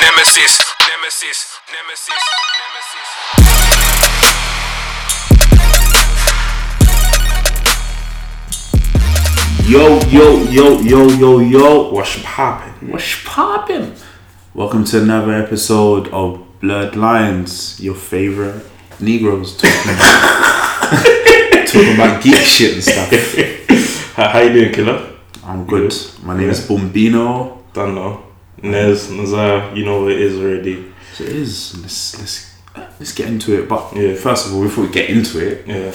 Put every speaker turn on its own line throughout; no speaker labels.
Nemesis, Nemesis, Nemesis, Nemesis.
Yo, yo, yo, yo, yo, yo. What's poppin'? What's poppin'? Welcome to another episode of Bloodlines, your favorite Negroes talking about, talking about geek shit and stuff.
Uh, How, how you doing, killer?
I'm good. My name is Bombino.
Don't know. Nez, Nazar, you know what it is already.
So it is. Let's, let's, let's get into it. But
Yeah.
first of all, before we get into it,
Yeah.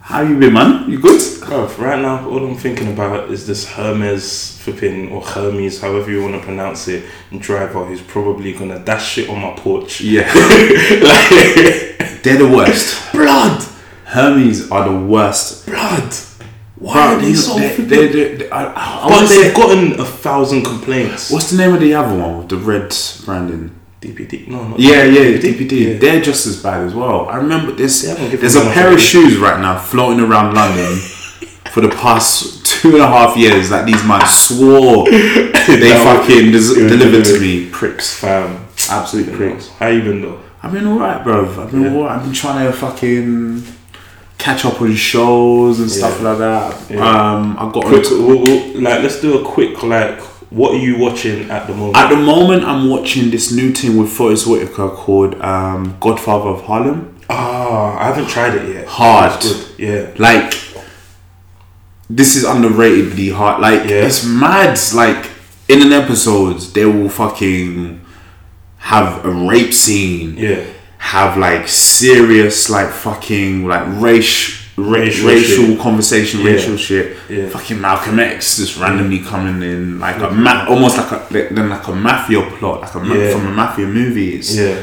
how you been, man? You good?
Bruv, right now, all I'm thinking about is this Hermes flipping, or Hermes, however you want to pronounce it, driver who's probably going to dash shit on my porch.
Yeah. They're the worst.
Blood!
Hermes are the worst.
Blood!
Why
are they so
They,
freaking-
they, they, they, I, I, I
But
wanna say-
they've gotten a thousand complaints.
What's the name of the other one with the red branding?
DPD? No, not
Yeah, yeah, DPD.
Yeah.
They're just as bad as well. I remember this.
They haven't given
There's a
them
pair
much
of
of
shoes right now floating around London for the past two and a half years that these man swore they
That would-
fucking des-
it would
delivered to
deliver.
me. Pricks,
Fam.
absolute pricks.
How you been, though?
I've been alright, bro. I've been alright. I've been trying to fucking catch up on shows and stuff like that.
Yeah.
Um, I got
Quick,
onto-
we'll, we'll, like, let's do a quick, like, what are you watching at the moment?
At the moment, I'm watching this new thing with Forrest Whitaker called um, Godfather of Harlem.
Ah, I haven't tried it yet.
Hard.
It's good. Yeah.
Like, this is underratedly hard. Like,
Yeah.
it's mad. Like, in an episode, they will fucking have a rape scene.
Yeah.
Have like serious, like fucking, like race, ra-
Racial
racial, conversation, racial shit.
Yeah.
Fucking Malcolm X just randomly coming in, like a ma- almost like a then like a mafia plot, like a ma-
Yeah.
from a mafia movie. It's,
Yeah.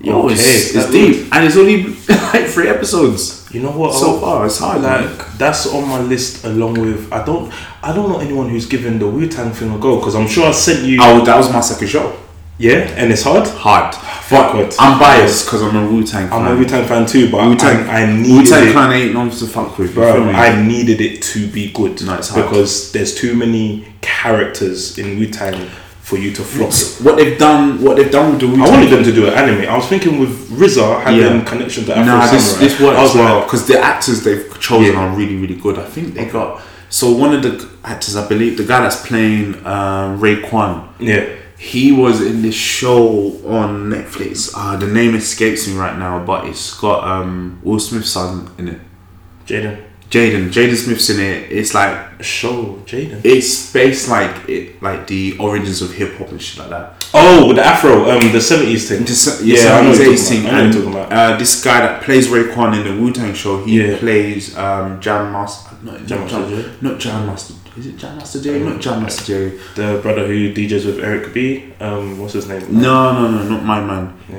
Yo,
Okay,
it's, it's
Oh, that
deep, and it's only like three episodes
You know what?
so
I'll-
far. It's hard, man.
Like that's on my list along with I don't I don't know anyone who's given the Wu Tang thing a go because I'm sure I sent you
Oh, that was my second show.
yeah and it's hard.
Hard.
Fuck it.
I'm biased because I'm a Wu Tang fan.
I'm a Wu Tang fan too, but
Wu-Tang-
I, I
Wu
needed
Tang
it,
Clan ain't nothing to fuck with. you feel
bro,
me?
I needed it to be good
No, it's hard.
because there's too many characters in Wu Tang for you to flop.
what they've done, what they've done with the Wu
I wanted
Tang.
them to do an anime. I was thinking with RZA having
Yeah.
connection to Afro
Nah, this
Samurai.
this
I
works
was like,
because the actors they've chosen
Yeah.
are really really good. I think they got so one of the actors I believe the guy that's playing um, Ray Kwan.
yeah,
He was in this show on Netflix. Uh, the name escapes me right now, but it's got um, Will Smith's son in it.
Jaden,
Jaden, Jaden Smith's in it. It's like
show Jaden.
it's based like it like the origins of hip hop and shit like that.
Oh, with the Afro, um, the seventies thing.
Just,
yeah,
yeah,
I know
he's
what you're
18,
talking about. I know what
and
you're talking about.
uh, this guy that plays Raekwon in the Wu Tang show, he
Yeah.
plays um, Jam Master. Not
Jam
not
Master
Jam, not Jam Master. Is it Jam Master J? Not Jam Master J.
The brother who DJs with Eric B. Um, what's his name?
No, no, no, not my man.
Yeah,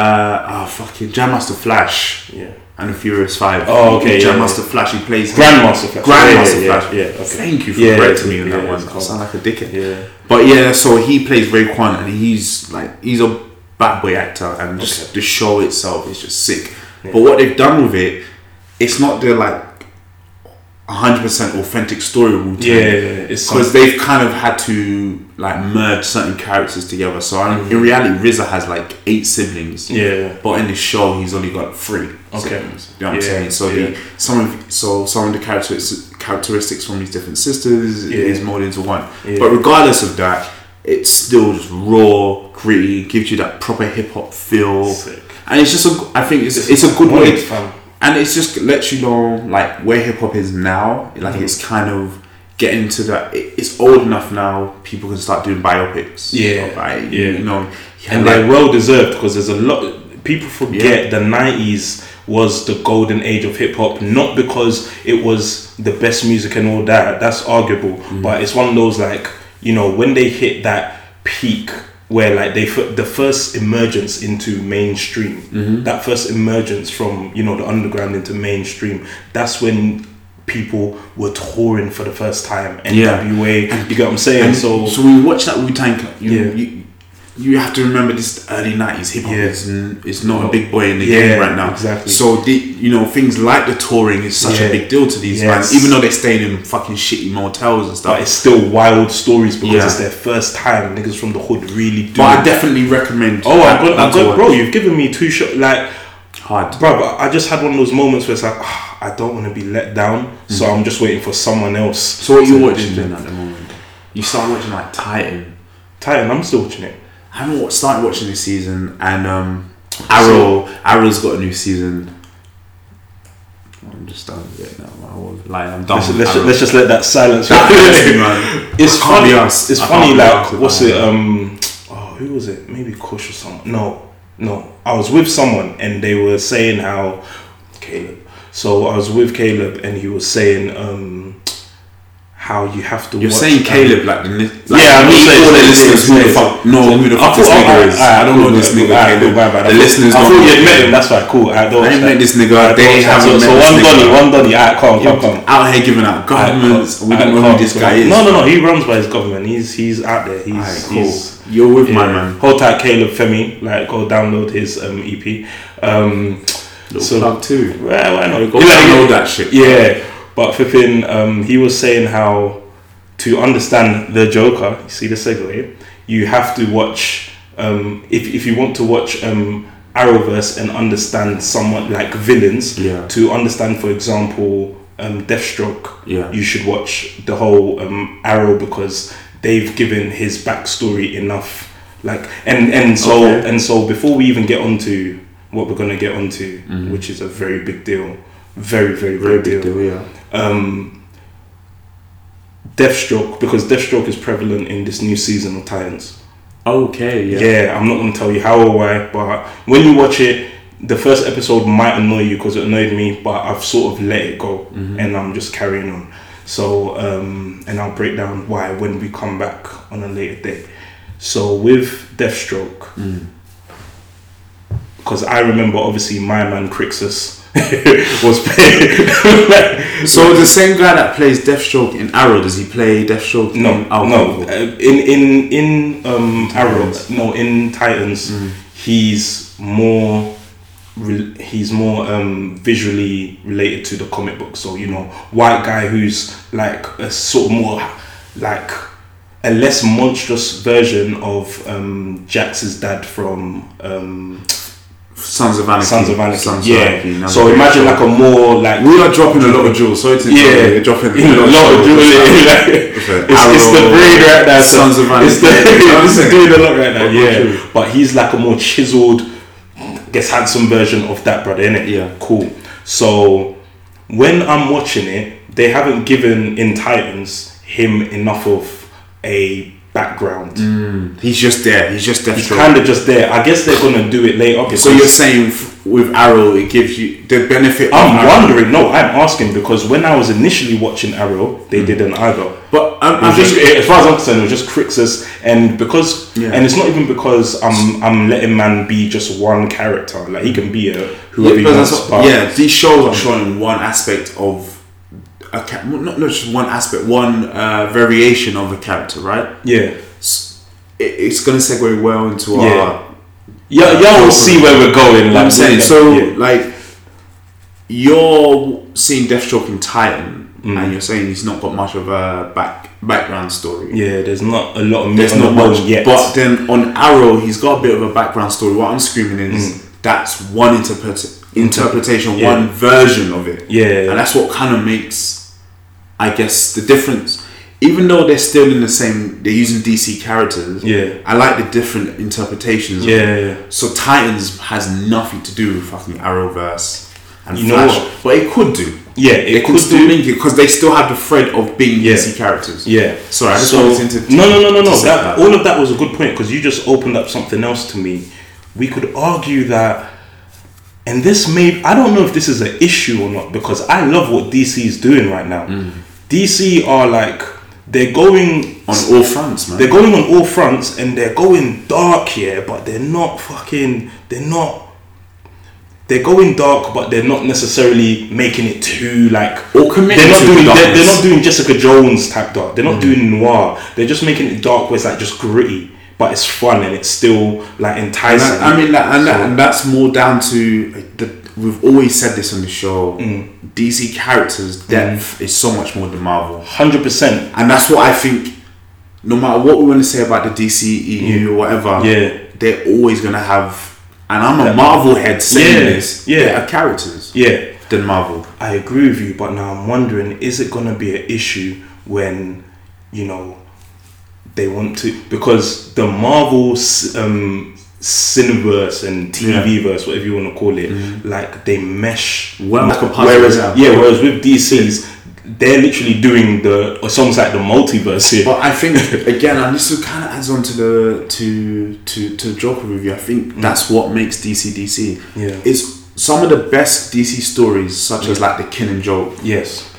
Uh, oh, fucking Jam Master Flash.
yeah.
and the Furious Five.
Oh, okay,
Jam
yeah,
Master Flash. He plays
Grandmaster Flash.
Grandmaster
Yeah, yeah,
Flash.
yeah, yeah, okay.
Thank you for
Yeah,
correcting me on
yeah,
that
yeah,
one.
it's
I
cool.
sound like a dickhead.
Yeah.
But yeah, so he plays Raekwon, and he's like he's a bad boy actor, and just
Okay.
the show itself is just sick. But what they've done with it, it's not the like. 100% authentic story of Wu-Tang
Yeah, yeah, yeah. It's
because they've kind of had to like merge certain characters together so I
Mm.
in reality RZA has like eight siblings
Yeah.
but in this show he's only got three
Okay.
siblings you know what I'm
Yeah,
saying so
yeah.
he, some of so some of the characteristics characteristics from these different sisters
Yeah.
is molded into one
Yeah.
but regardless of that it's still just raw gritty gives you that proper hip hop feel
Sick.
and it's just a, I think it's,
This
it's a
is
good way
great, fam.
and it's just lets you know like where hip hop is now. Like
Mm-hmm.
it's kind of getting to that. it- It's old enough now. People can start doing biopics.
Yeah,
Like,
yeah.
You know, yeah,
and
like,
they're well deserved because there's a lot people forget the 90s was the golden age of hip hop not because it was the best music and all that that's arguable
Mm.
but it's one of those like you know when they hit that peak where like they f- the first emergence into mainstream
Mm-hmm.
that first emergence from you know the underground into mainstream that's when people were touring for the first time
Yeah.
NWA you get what I'm saying
and
so
so we watch that Wu Tang. You,
Yeah.
you, you have to remember this early nineties hip hop
Yeah.
is n- is not a big boy in the
Yeah,
game right now.
exactly.
So the, you know things like the touring is such a
Yeah.
big deal to these
Yes.
bands, even though they're staying in fucking shitty motels and stuff.
But it's still wild stories because
Yeah.
it's their first time. Niggas from the hood really do.
but I definitely recommend.
oh, I
that
got, I
one to
got,
watch.
bro. You've given me two shots. Like,
Hard.
bro, I just had one of those moments where it's like, ah, I don't want to be let down, so I'm just waiting for someone else.
Mm. So what are you
to-
watching then at the moment? You start watching like Titan.
Titan, I'm still watching it.
I haven't wa- started watching this season, and um, Arrow Arrow's got a new season. I'm just done with it now. I was like, I'm done.
Let's,
with
let's,
Arrow.
let's just let that silence.
That hurts me, man.
It's
I can't
funny.
be arsed.
It's
I
funny.
can't be
Like,
arsed with
what's
that.
it? Um, oh, who was it? Maybe Kush or someone. No, no. I was with someone, and they were saying how Caleb. So I was with Caleb, and he was saying um, how you have to.
You're
watch,
saying
um,
Caleb like the li- like
Yeah, I'm
me,
saying-
all the
saying-
listeners who the
saying-
fuck know who the
I
fuck this
thought-
nigga
alright,
is.
alright,
I don't know
cool,
this
cool,
nigga
alright, cool,
Caleb.
bye, bye,
The
that's-
listeners
I
don't
thought you had
know.
met him. That's right. Cool. I don't.
I didn't met this nigga.
I
They
don't- so,
haven't
so
met this
one Donny,
nigga.
one Donny. Alright, come, come, come.
You're Out here giving out governments. We don't know who this guy is.
No, no, no. He runs by his government. He's he's out there. He's,
Alright, cool.
he's
You're with my
yeah.
man.
Hold tight, Caleb Femi. Like, go download his um, EP. Um,
Little plug too.
well, why not?
Go
Yeah,
download
yeah.
that shit.
Yeah, but flipping, um, he was saying how to understand the Joker. You see the segue. You have to watch um, if if you want to watch um, Arrowverse and understand somewhat like villains.
Yeah.
To understand, for example, um, Deathstroke.
Yeah.
You should watch the whole um, Arrow because they've given his backstory enough. Like and and so
Okay.
and so before we even get onto what we're gonna get onto, which is a very big deal, very very
Mm-hmm. Very
big
big
deal.
deal, yeah.
Um, Deathstroke because Deathstroke is prevalent in this new season of Titans.
Okay, yeah.
Yeah, I'm not gonna tell you how or why, but when you watch it, the first episode might annoy you because it annoyed me, but I've sort of let it go and I'm just carrying on. So, um, and I'll break down why when we come back on a later day. So with Deathstroke, because I remember obviously my man Crixus was playing.
So the same guy that plays Deathstroke in Arrow, does he play Deathstroke
no,
in Alcohol?
no, uh, in in in um, Arrow, no, in Titans,
Mm.
he's more. Re- he's more um, visually related to the comic book, so you know, white guy who's like a sort of more like a less monstrous version of um, Jax's dad from um,
Sons of Anarchy.
Sons of Anarchy.
Sons of
yeah.
Anarchy, another
so
great
imagine
show.
like a more like
We are dropping a lot of jewels. Sorry to interrupt you,
yeah,
we're dropping
a lot of jewels. Like, it's, it's the braid right now. so-
Sons of
it's the,
Anarchy. You know what I'm
this is
saying?
doing a lot right now.
Of jewels.
Yeah, but he's like a more chiseled, gets handsome version of that brother, innit?
Yeah.
cool. So when I'm watching it, they haven't given in Titans him enough of a background.
He's just there. He's just
He's
Deathstroke.
kind of just there. I guess they're gonna do it later.
so
because-
you're saying f- with Arrow, it gives you the benefit. of
I'm
Arrow.
wondering. No, I'm asking because when I was initially watching Arrow, they didn't either.
but I'm,
It
I'm
was
just
just, as far as I'm concerned, it was just Crixus, and because,
Yeah.
and it's not even because I'm I'm letting man be just one character. Like he can be a whoever
yeah,
he
but
wants.
that's what-
but
yeah, these shows are showing one aspect of a ca- not, not just one aspect, one uh, variation of a character, right?
yeah,
S- it- It's going to segue well into our.
Yeah. yeah, y'all will see where we're going. Like
I'm saying,
yeah,
so
yeah.
like you're seeing Deathstroke in Titan,
Mm.
and you're saying he's not got much of a back background story.
yeah, there's not a lot of meat
There's
on
not
the bone
much,
yet.
but then on Arrow, he's got a bit of a background story. What I'm screaming is that's one interpret- interpretation,
Mm. Yeah.
one version of it.
Yeah.
and that's what kind of makes, I guess, the difference. Even though they're still in the same, they're using DC characters.
Yeah.
I like the different interpretations. of
yeah, yeah.
so Titans has nothing to do with fucking Arrowverse and
You know
Flash,
what?
but it could do.
Yeah, it
they could
could
still
do.
link it because they still have the thread of being
Yeah.
DC characters.
Yeah.
Sorry, I just wanted to-
No, no, no, no,
to
no.
say
That,
that.
all of that was a good point because you just opened up something else to me. We could argue that, and this may I don't know if this is an issue or not because I love what DC is doing right now.
Mm.
DC are like they're going
on all fronts, man.
they're going on all fronts and they're going dark here, but they're not fucking. They're not. They're going dark, but they're not necessarily making it too like.
Or committing
They're not
to
doing.
the
They're, they're
darkness. Mm.
not doing Jessica Jones type dark. They're not doing noir. They're just making it dark where it's like just gritty. but it's fun and it's still like
And
enticing.
I, I mean, that, and, that,
So-
and that's more down to like, the, we've always said this on the show.
Mm.
DC characters' depth is so much more than Marvel,
hundred percent.
and that's what I think. No matter what we want to say about the DCEU or whatever,
Mm. Yeah.
they're always gonna have. And I'm a
That-
Marvel head saying
Yeah,
this.
yeah.
better characters
Yeah,
than Marvel.
I agree with you, but now I'm wondering, is it gonna be an issue when you know they want to because the Marvel s- um, cineverse and TV verse, whatever you want to call it, like they mesh
Mm-hmm. Well, like a puzzle,
whereas
yeah.
yeah, whereas with DC's. They're literally doing the it's almost like the multiverse here.
But I think again, and this kind of adds on to the to to to Joker review. I think that's what makes DC DC.
Mm. Yeah.
it's some of the best DC stories, such as like the Killing Joke.
yes,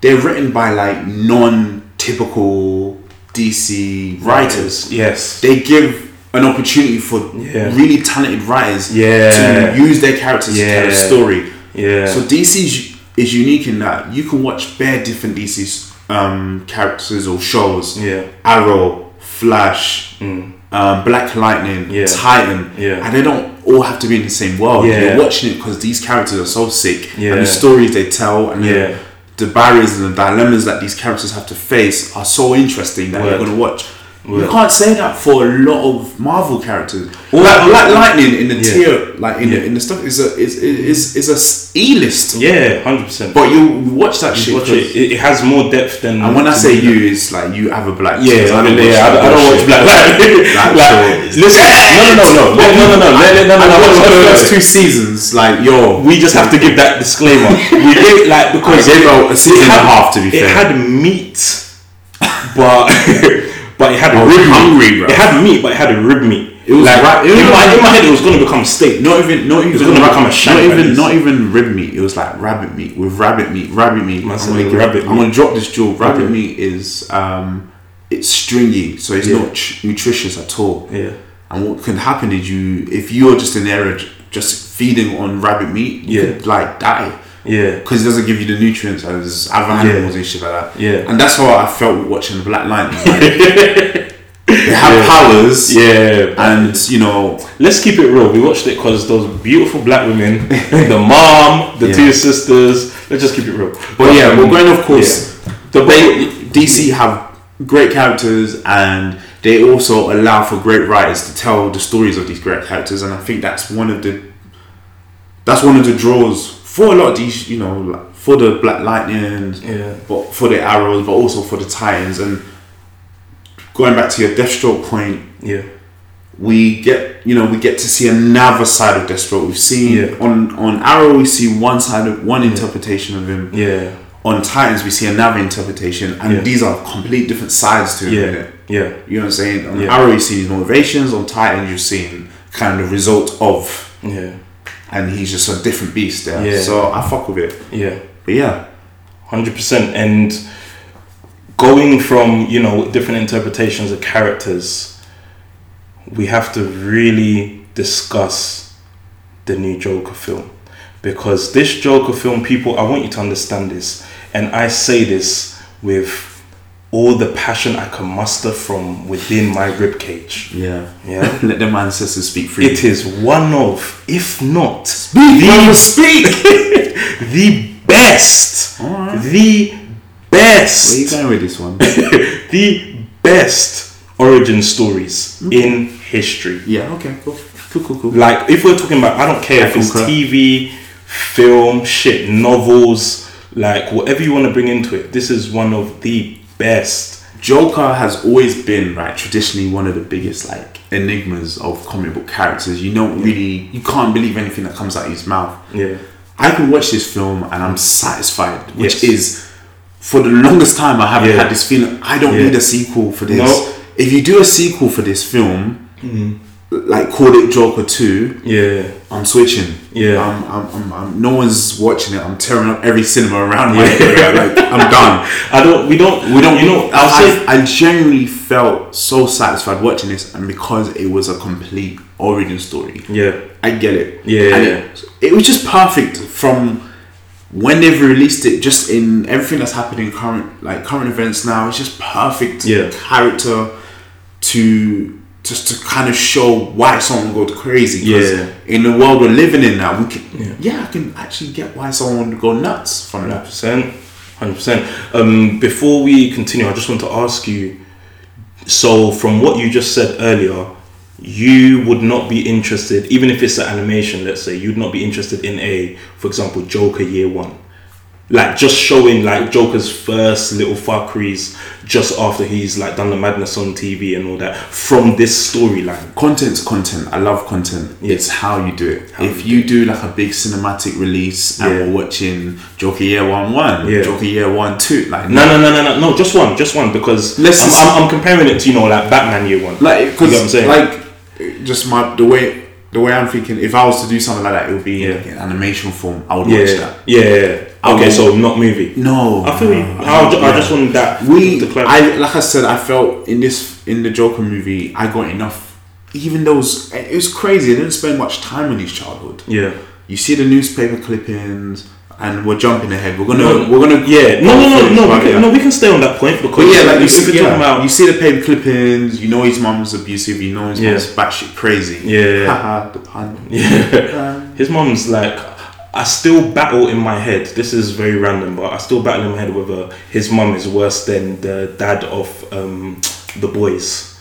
They're written by like non-typical DC writers.
Yes,
They give an opportunity for
Yeah.
really talented writers
Yeah.
to use their characters to tell a
Yeah.
story.
yeah.
So DC is, is unique in that you can watch bare different DC um, characters or shows.
Yeah.
Arrow, Flash, um, Black Lightning,
Mm. Yeah.
Titan.
Yeah.
And they don't all have to be in the same world.
Yeah.
You're watching it because these characters are so sick. And
Yeah.
the stories they tell and the-
Yeah.
the barriers and the dilemmas that these characters have to face are so interesting that
Word.
you're going to watch. You
Word.
can't say that for a lot of Marvel characters.
Or-
like Black Lightning in the
Yeah.
tier, like in,
Yeah.
the, in the stuff, is a is is is a s- E list.
yeah, hundred percent.
But you watch that shit.
Watch
'cause-
it. it. It has more depth than.
And when I
to
say
me.
you, it's like you have a black.
Yeah,
because
I, mean,
watch
yeah, I,
that
don't- I don't watch
shit.
Black Lightning.
Black
like,
shit.
listen, no, no, no, no, no, no, no, no, no, no, no,
I
no,
watched the
no, no,
first
no,
two seasons. Like yo,
We just have to give that disclaimer. We did like because
I gave out a season and a half, to be
it
fair.
had meat, but but it had
was
rib meat.
hungry, bro.
It had meat, but it had a rib meat.
It was right- it
in,
was
my,
like-
in my head, it was gonna become steak.
Not even, not even,
gonna
rab-
become a shank
not
at
even,
least.
not even rib meat. It was like rabbit meat with rabbit meat, rabbit meat.
Man
I'm
said
gonna, give-
rabbit
I'm
meat.
gonna drop this jewel. Rabbit
Okay.
meat is, um, it's stringy, so it's not tr- nutritious at all.
Yeah.
And what can happen is you, if you're just in there j- just feeding on rabbit meat, you
Yeah.
could like die.
Yeah.
Because it doesn't give you the nutrients as other animals and shit like that.
Yeah.
And that's how I felt watching Black Lightning. Like, they have powers,
Yeah.
and you know,
Let's keep it real. We watched it because those beautiful black women, the mom, the
Yeah.
two sisters. Let's just keep it real.
But yeah,
um,
we're going off course.
The
They, DC have great characters and they also allow for great writers to tell the stories of these great characters and I think that's one of the that's one of the draws for a lot of these you know like for the Black Lightning
Yeah.
but for the Arrows but also for the Titans and going back to your Deathstroke point
Yeah.
we get you know we get to see another side of Deathstroke we've seen
Yeah.
on on Arrow we see one side of one interpretation of him
Yeah.
on Titans we see another interpretation, and
Yeah.
these are complete different sides to him.
Yeah.
innit?
Yeah.
You know what I'm saying? On
Yeah.
Arrow, you see his motivations. On Titans, you've seen kind of the result of,
Yeah.
and he's just a different beast there.
Yeah.
So I fuck with it.
Yeah.
But yeah,
Hundred percent. And going from you know different interpretations of characters, we have to really discuss the new Joker film because this Joker film, people, I want you to understand this, and I say this with all the passion I can muster from within my ribcage.
yeah,
Yeah.
Let the man sisters speak freely.
It is one of, if not
Speak, brother, speak.
the best,
Alright.
the
Where you
best,
going with this one?
the best origin stories in history.
yeah. Okay. Cool. Cool. Cool. Cool.
Like, if we're talking about, I don't care if it's
concur.
TV, film, shit, novels, like whatever you want to bring into it. This is one of the best.
Joker has always been like traditionally one of the biggest like enigmas of comic book characters. You don't really, you can't believe anything that comes out of his mouth.
Yeah.
I can watch this film and I'm satisfied, which
Yes.
is for the longest time I haven't
Yeah.
had this feeling. I don't
Yeah.
need a sequel for this.
Nope. Mm-hmm.
If you do a sequel for this film, like call it Joker Two,
Yeah.
I'm switching.
Yeah.
I'm, I'm, I'm, I'm, no one's watching it. I'm tearing up every cinema around my area. Like I'm done.
I don't, we don't,
We don't.
you know, I'll
I,
say,
I, I genuinely felt so satisfied watching this, and because it was a complete origin story.
yeah.
I get it.
Yeah.
And It, it was just perfect from when they've released it. Just in everything that's happening current, like current events now, it's just perfect
Yeah.
character to just to kind of show why someone would go crazy. 'Cause
Yeah.
In the world we're living in now, we can yeah. I can actually get why someone would go nuts from that.
percent, hundred percent. Um, before we continue, I just want to ask you. So, from what you just said earlier, you would not be interested, even if it's an animation. Let's say you'd not be interested in a, for example, Joker Year One, like just showing like Joker's first little fuckeries just after he's like done the madness on TV and all that from this storyline.
content's content. I love content. It's how you do it. if you do, like a big cinematic release and
Yeah.
we're watching Joker Year One One,
Yeah.
Joker Year One Two, like
No, no, no, no, no, no. Just one, just one, because
Let's
I'm,
just-
I'm, I'm comparing it to you know like Batman Year One.
like
You know what I'm
because
saying?
like just my the way the way I'm thinking. If I was to do something like that, it would be
Yeah.
like an animation form. I would
yeah,
watch that.
yeah, yeah. Okay, so not movie.
No,
I feel you.
no,
I, ju- I
yeah.
just wanted that.
we
to clarify.
I like I said I felt in this in the Joker movie I got enough even though it was, it was crazy I didn't spend much time on his childhood
yeah.
you see the newspaper clippings and we're jumping ahead we're gonna
No,
we're gonna
Um, Yeah. No, no, no, no.
But
We
yeah.
can, no, we can stay on that point because
But yeah, like you
if
see,
we're talking
yeah,
about
you see the paper clippings. You know his mum's abusive. You know his
Yeah.
mum's batshit crazy.
Yeah.
haha, the pun. um,
Yeah. His mom's like, I still battle in my head. This is very random, but I still battle in my head whether his mom is worse than the dad of um, the boys.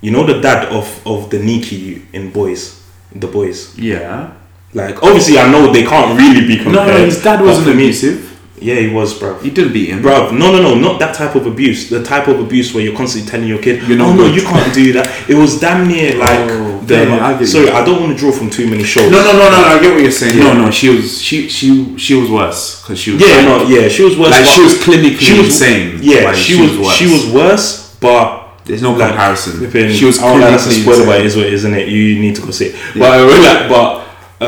You know the dad of of the Nikki in boys, the boys.
Yeah.
Like obviously, I know they can't really be
No,
compared.
no, his dad
but
wasn't
for me-
abusive.
Yeah, he was, bro.
He didn't beat him.
Bruv, no, no, no, not that type of abuse. The type of abuse where you're constantly telling your kid,
You're not
"Oh, no,
good."
you can't do that." It was damn near like
Oh,
the.
yeah, I get you.
sorry, I don't want to draw from too many shows.
No, no, no, no, no. I get what you're saying. No, no, she was she she she was worse because she was
Yeah,
like,
no, yeah, she was worse.
like
but-
she was clinically
she was-
insane.
Yeah,
Like,
she, was. She was worse, but.
There's no
like,
comparison.
flipping-
She was
oh, no, that's a
clinically
spoiler, but
insane.
it is what it is, isn't it? You need to go see it. But, like, but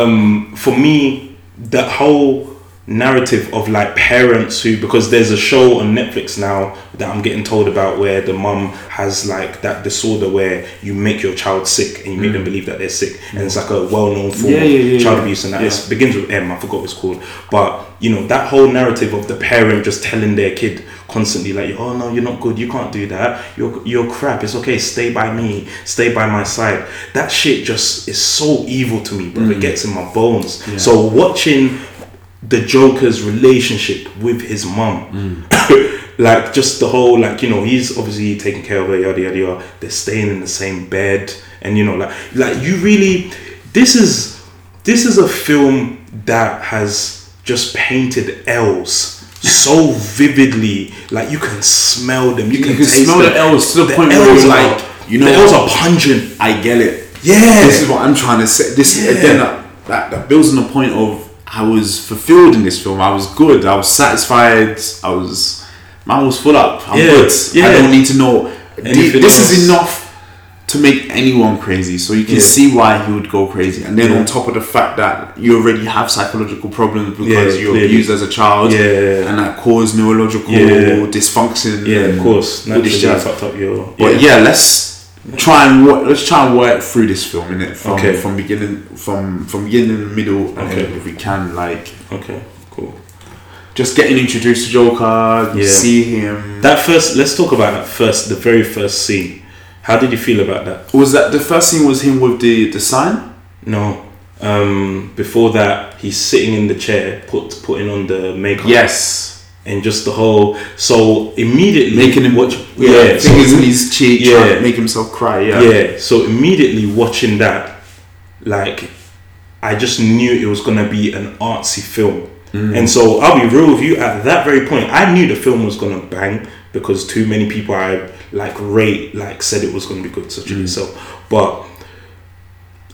um, for me, that whole narrative of like parents who because there's a show on Netflix now that I'm getting told about where the mum has like that disorder where you make your child sick and you make them believe that they're sick and it's like a well-known form
Mm. Yeah,
of
yeah, yeah,
child
yeah.
abuse and that It's- begins with M I forgot what it's called but you know that whole narrative of the parent just telling their kid constantly like oh no you're not good you can't do that you're you're crap it's okay stay by me stay by my side that shit just is so evil to me but it gets in my bones so watching the Joker's relationship with his mum. like just the whole like you know he's obviously taking care of her yada yada yada. They're staying in the same bed and you know like like you really this is this is a film that has just painted L's so vividly like you can smell them you,
You
can,
can
taste
smell
them.
the L's to the point where
L's
you're
are-
like, you know
the L's
what?
are pungent
I get it.
Yeah.
This is what I'm trying to say. This
Yeah.
again that, that that builds on the point of I was fulfilled in this film. I was good. I was satisfied. I was man was full up. I'm
Yeah.
good.
Yeah.
I don't need to know.
Anything
this
else?
is enough to make anyone crazy. So you can
Yeah.
see why he would go crazy. And then
Yeah.
on top of the fact that you already have psychological problems because
Yeah,
you were
clearly.
abused as a child
Yeah.
and that caused neurological
Yeah.
dysfunction.
yeah
and
of course
all this
naturally
jazz.
I fucked up your
But yeah, let's try and work, let's try and work through this film in it from
Okay.
from beginning from from beginning middle and
Okay.
end if we can like
okay cool
just getting introduced to Joker,
Yeah.
see him.
That first, let's talk about that first, the very first scene. How did you feel about that?
Was that the first scene was him with the the sign?
No, um, before that, he's sitting in the chair, put putting on the makeup,
Yes,
and just the whole. So immediately
making him
watch,
yeah,
yeah, so-
fingers in his cheek, yeah,
Yeah.
to make himself cry. Yeah,
yeah. So immediately watching that, like, I just knew it was gonna be an artsy film.
Mm.
And so I'll be real with you. At that very point, I knew the film was gonna bang because too many people I like rate like said it was gonna be good, such as
Mm.
yourself. But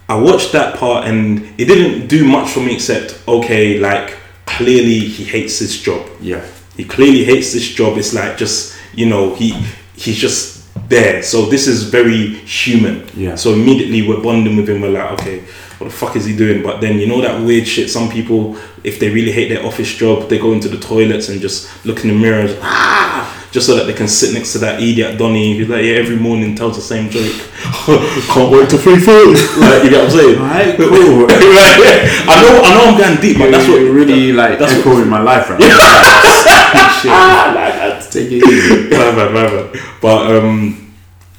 I watched that part and it didn't do much for me except okay, like clearly he hates his job
yeah.
he clearly hates this job it's like just you know he he's just there so this is very human
Yeah.
so immediately we're bonding with him we're like okay what the fuck is he doing but then you know that weird shit some people if they really hate their office job they go into the toilets and just look in the mirror and just, ah, just so that they can sit next to that idiot Donnie who's like yeah every morning tells the same joke can't wait to free food like you get what I'm saying
Alright, cool.
I know I know I'm going deep but that's what
You're really like
that's
that's
what- Ah,
echoing my life right now. Shit. Take it easy.
my bad, my bad. But um,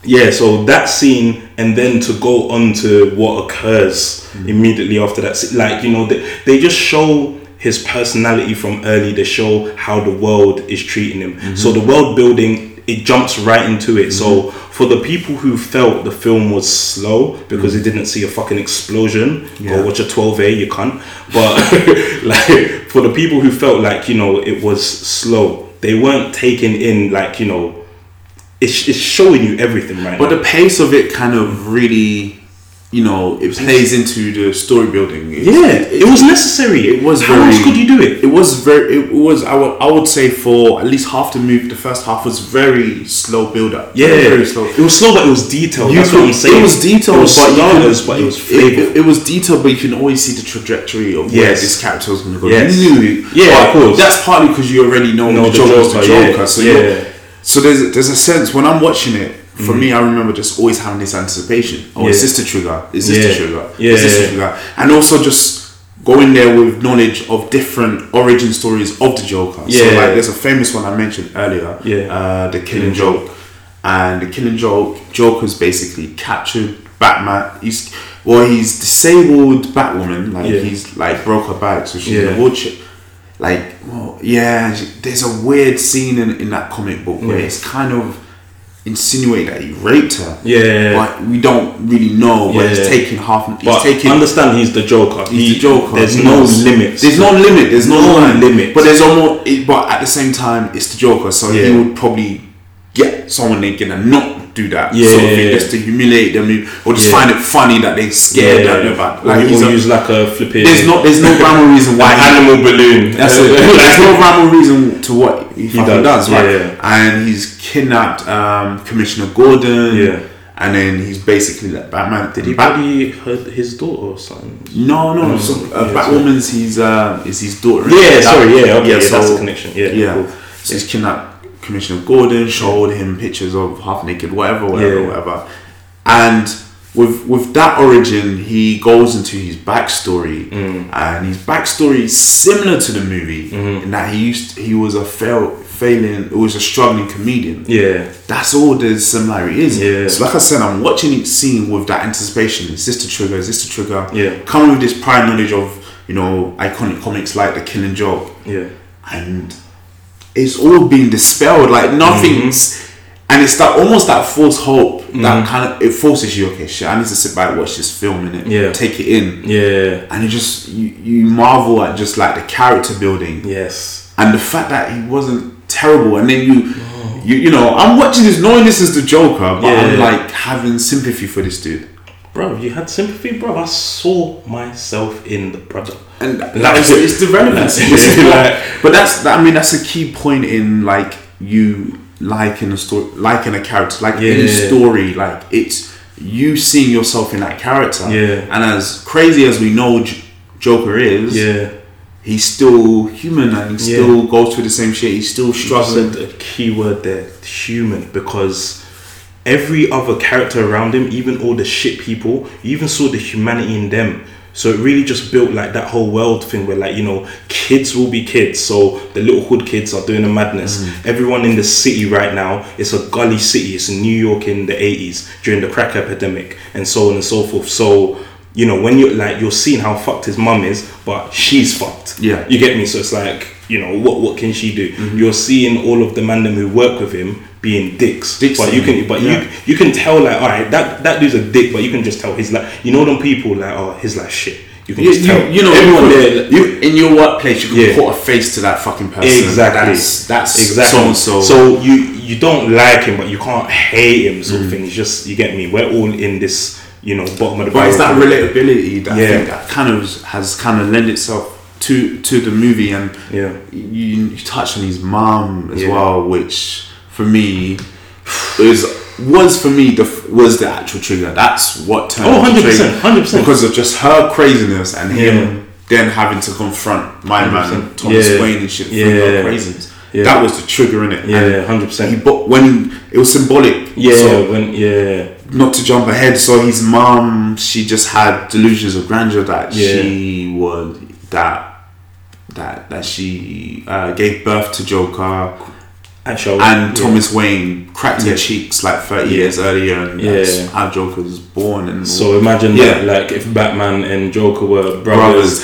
yeah, so that scene, and then to go on to what occurs
Mm.
immediately after that, scene. like you know, they, they just show his personality from early. They show how the world is treating him. So
Mm-hmm.
the world building it jumps right into it. So for the people who felt the film was slow because they didn't see a fucking explosion,
Mm. Yeah.
go watch a 12A, you can't. But like for the people who felt like you know it was slow, they weren't taking in like you know it's, it's showing you everything right
But
now.
the pace of it kind of really, you know, it plays into the story building. It-
yeah, it was necessary.
It was
How
very,
else could you do it?
It was very. It was. I would. I would say for at least half the movie, the first half was very slow build up.
Yeah,
very slow.
it was slow, but it was detailed.
You
That's
could-
what I'm saying.
It was detailed,
It was
but you
sluggish,
could-
but it was
it,
flavorful.
it was detailed, but you can always see the trajectory of where
Yes.
this character was going to go.
Yes.
You knew it.
Yeah,
But
of course.
That's partly because you already know,
Know
the
the
Joker's the
Joker, yeah.
Joker. So
Yeah. Mm-hmm.
you're- So there's there's a sense when I'm watching it. For me, I remember just always having this anticipation. Oh, is
Yeah.
this the trigger? Is this the
Yeah.
trigger?
Yeah.
Is this the trigger? And also just going there with knowledge of different origin stories of the Joker. So
Yeah.
like there's a famous one I mentioned earlier.
Yeah.
Uh, the Killing Joke. And the Killing Joke, Joker's basically captured Batman. He's well, he's disabled Batwoman. Like
Yeah.
he's like broke her back, so she's in a
Yeah.
wheelchair. Like, well, yeah. and she- There's a weird scene in, in that comic book where
Yeah.
it's kind of insinuated that he raped her.
Yeah.
but we don't really know. But he's
Yeah.
taking half. He's
but
taking
understand, he's the Joker.
He's
He-
the Joker.
There's
He
no
knows.
limits.
There's no limit. There's no,
No
line.
limit.
But there's almost. It, but at the same time, it's the Joker, so
Yeah.
he would probably get someone they gonna not do that.
Yeah,
sort of
yeah,
thing,
yeah.
just to humiliate them, eh, or just
Yeah.
find it funny that they scared that they're bad. Like
or,
he's
or
a-
use like a flipping.
there's no there's no rhyme or reason why. he-
animal balloon.
that's it. There's no rhyme or reason to what he, fucking does,
does,
right?
yeah, yeah.
And he's kidnapped um, Commissioner Gordon.
Yeah. Mm.
And then he's basically like Batman. Did
He probably hurt his daughter or something.
No, no. so, uh,
Mm. yeah,
Batwoman's his uh, is his daughter.
Yeah,
isn't it?
sorry, yeah, okay, yeah, that's the connection, yeah,
yeah.
cool.
So he's kidnapped Commissioner Gordon, showed him pictures of half naked, whatever, whatever,
Yeah.
whatever. And with with that origin, he goes into his backstory,
Mm.
and his backstory is similar to the movie
Mm-hmm.
in that he used he was a fail failing, it was a struggling comedian.
Yeah,
That's all the similarity is.
Yeah.
So like I said, I'm watching each scene with that anticipation. Is this the trigger? Is this the trigger?
Yeah.
Coming with this prior knowledge of, you know, iconic comics like The Killing Joke.
yeah.
And it's all being dispelled. Like nothing's
Mm-hmm.
and it's that almost that false hope that kind of it forces you, okay, shit, I need to sit back and watch this film and
Yeah.
take it in.
Yeah.
And it just you, you marvel at just like the character building
Yes.
and the fact that he wasn't terrible and then you you, you know i'm watching this knowing this is the joker but i'm
Yeah.
like having sympathy for this dude
Bro, you had sympathy, bro. I saw myself in the brother.
and that
Like-
is- it's the relevancy
Like-
It's not-
like-
but that's i mean that's a key point in like you liking a story liking a character like in a
Yeah.
story like it's you seeing yourself in that character
Yeah.
and as crazy as we know J- joker is
Yeah.
he's still human and he
Yeah.
still goes through the same shit he's still struggling
said a key word there, human, because every other character around him, even all the shit people, you even saw the humanity in them. So it really just built like that whole world thing where like you know kids will be kids. So the little hood kids are doing the madness.
Mm.
Everyone in the city right now, it's a gully city. It's New York in the eighties during the crack epidemic and so on and so forth. So you know when you're like you're seeing how fucked his mum is, but she's fucked.
Yeah.
You get me? So it's like, you know, what what can she do?
Mm-hmm.
You're seeing all of the man them who work with him being dicks.
Dicks
but
to
you
him,
can but
yeah.
you you can tell like, alright, that that dude's a dick, but you can just tell he's like you know them people like oh he's like shit. You can
You,
just tell
you, you know, you,
everyone there like-
you- in your workplace, you can
Yeah.
put a face to that fucking person.
Exactly.
That's, that's
exactly.
so and so.
So you you don't like him, but you can't hate him.
Mm.
Sort of thing. It's just you get me. We're all in this, you know, bottom of the.
But it's that
barrel.
relatability that I
Yeah.
think that kind of has kind of lend itself to to the movie, and
Yeah.
you, you touched on his mom as
Yeah.
well, which for me is was for me the f- was the actual trigger. That's what turned
Oh,
the
100%,
trigger.
100%.
because of just her craziness and
Yeah.
him then having to confront my man
100%.
Thomas
Yeah.
Wayne and shit for
Yeah.
her craziness.
Yeah.
That was the trigger in it.
Yeah, 100%.
He bought when it was symbolic.
Yeah.
So
when yeah.
not to jump ahead, so his mom, she just had delusions of grandeur that
Yeah.
she was that that that she uh, gave birth to Joker,
Actually,
and Thomas Wayne cracked
Yeah.
her cheeks like 30 years earlier, and
Yeah.
that's how Joker was born. And
So imagine
Yeah.
that, like if Batman and Joker were brothers,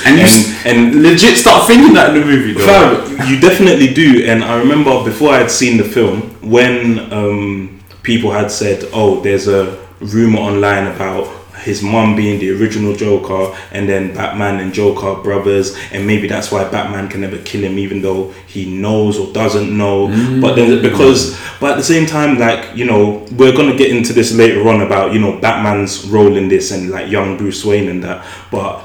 brothers, and you s-
and, and
legit start thinking that in the movie, though.
Fam, you definitely do. And I remember before I had seen the film, when um, people had said, "Oh, there's a rumor online about his mum being the original Joker, and then Batman and Joker are brothers, and maybe that's why Batman can never kill him, even though he knows or doesn't know." But then, because, but at the same time, like you know, we're gonna get into this later on about you know Batman's role in this and like young Bruce Wayne and that, but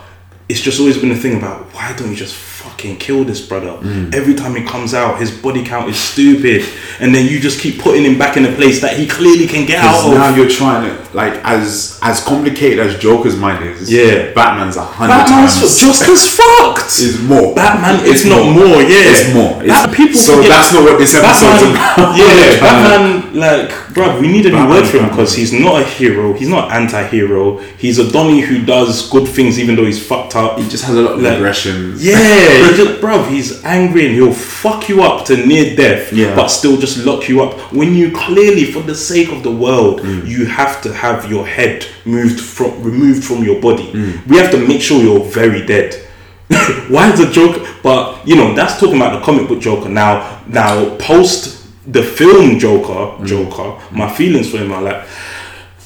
it's just always been a thing about why don't you just fucking kill this brother?
Mm.
Every time he comes out, his body count is stupid, and then you just keep putting him back in a place that he clearly can get out
Because
of.
now you're trying to like as as complicated as Joker's mind is.
Yeah.
Batman's a hundred
Batman's
times.
just as fucked.
is more.
Batman, if not more, yeah.
It's more. It's,
Bat- people
so
forget-
that's not what this episode's
Batman,
about.
yeah, Batman, like, bruv, we need a new
Batman,
word for him
Batman.
because he's not a hero, he's not anti-hero, he's a Donnie who does good things even though he's fucked up.
He just has a lot of
Like,
aggressions.
Yeah, he just, bruv, he's angry and he'll fuck you up to near death,
Yeah.
but still just lock you up. When you clearly, for the sake of the world,
Mm.
you have to have your head moved from removed from your body.
Mm.
We have to make sure you're very dead. Why is the joke? But you know, that's talking about the comic book Joker. Now, now post the film Joker,
Mm.
Joker, my feelings for him are like.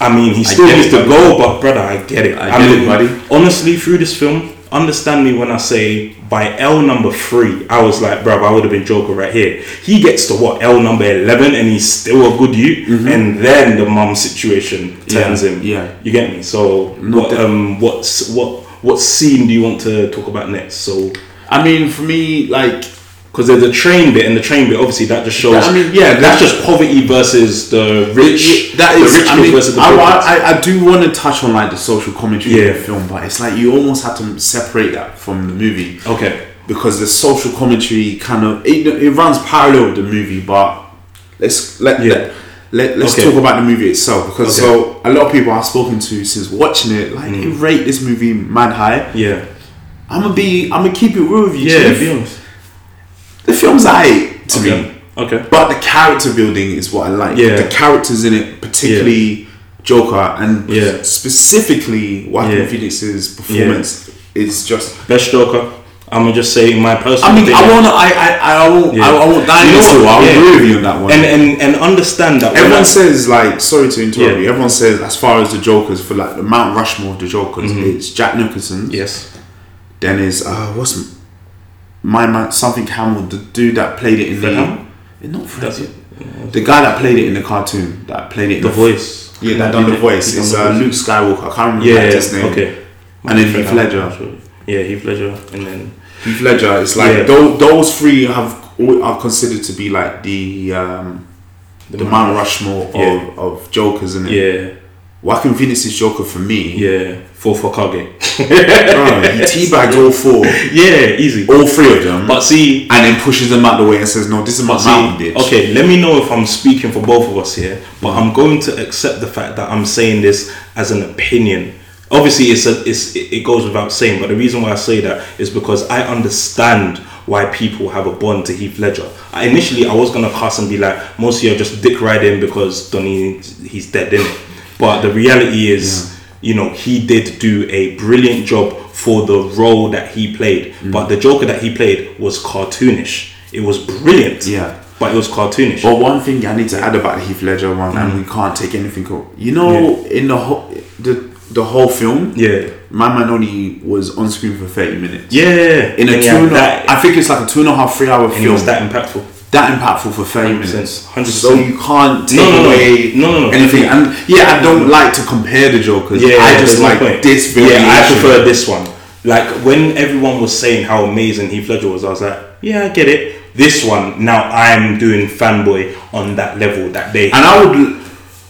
I mean, he still
get
needs
it, buddy.
to go, but brother, I get it.
I get it,
mean,
buddy.
honestly, through this film, understand me when I say by L number three, I was like, bruv, I would have been Joker right here. He gets to what L number eleven, and he's still a good you. And then the mum situation turns
Mm-hmm. Yeah,
him.
yeah.
you get me. So what? Um, what's what? What scene do you want to talk about next? So
I mean, for me, like
because there's a train bit, and the train bit obviously that just shows.
I mean, yeah, that-
that's just poverty versus the rich.
that
the
is.
rich
I
kid
mean,
versus the
I,
poor kids.
I, I- I do want to touch on like the social commentary in
Yeah.
the film, but it's like you almost have to separate that from the movie.
Okay.
because the social commentary kind of it, it runs parallel with the movie but let's let,
Yeah.
let, let let's
Okay.
talk about the movie itself because
Okay. Mm.
so a lot of people I've spoken to since watching it like they rate this movie man high
Yeah.
I'm gonna be I'm gonna keep it real with you
Yeah.
Chief.
Be honest.
the film's aight to
Okay.
me
Okay.
but the character building is what I like
Yeah.
the characters in it particularly Joker and
Yeah.
specifically Joaquin
Yeah.
Phoenix's performance is just
Best Joker. I'm gonna just say my personal.
I mean, I
opinion.
wanna, I, I, I won't, I, I won't die
You know
into it.
what?
I
Yeah.
agree with you on that one.
and and and understand that when
everyone
I-
says like, sorry to interrupt
Yeah.
you. Everyone says as far as the Joker's for like the Mount Rushmore of the Joker's, it's Jack Nicholson.
yes.
Then is uh, what's m- my man something Hamill, the dude that played it in
Fred
the
Hamill?
Eh, not Fred.
That's it.
The guy that played it in the cartoon, that played it in
The voice.
Yeah, that done the
Yeah,
voice.
he done
It's
the
uh,
voice.
Luke Skywalker. I can't remember
Yeah.
the actor's name.
Okay.
And then Heath
Fred Hamill,
Ledger.
sure. Yeah, Heath Ledger, and then
Heath Ledger. It's like
Yeah.
tho- those three have all- are considered to be like the um, the, Mount Rushmore of,
Yeah.
of Jokers, isn't it?
yeah,
Joaquin Phoenix's Joker for me,
yeah, for for Kage.
bro, he teabags all four,
yeah, easy.
all three of them,
But see,
and then pushes them out the way and says, "No, this is my
See,
mountain, bitch."
Okay, let me know if I'm speaking for both of us here, but I'm going to accept the fact that I'm saying this as an opinion. Obviously, it's a, it's it it goes without saying, but the reason why I say that is because I understand why people have a bond to Heath Ledger. I, initially, I was gonna cuss and be like, most of you are just dick riding because Donnie he's dead in it, but the reality is, you know, he did do a brilliant job for the role that he played. But the Joker that he played was cartoonish. It was brilliant.
Yeah.
But it was cartoonish.
But one thing I need to add about Heath Ledger one,
Mm.
and we can't take anything. Cool. You know, in the whole the the whole film,
yeah.
my man only was on screen for thirty minutes.
Yeah.
In a
And
two,
yeah,
and a-
that,
I think it's like a two and a half, three hour
and it
film.
was that impactful.
that impactful for 30
100%,
minutes.
100%.
So you can't take
no, no.
away
No, no, no.
anything. And yeah, I don't like to compare the Jokers.
Yeah,
I
there's
just
no
like
point.
this
Yeah,
variation.
I prefer this one. Like when everyone was saying how amazing Heath Ledger was, I was like, yeah, I get it. This one now I'm doing fanboy on that level that day.
And I would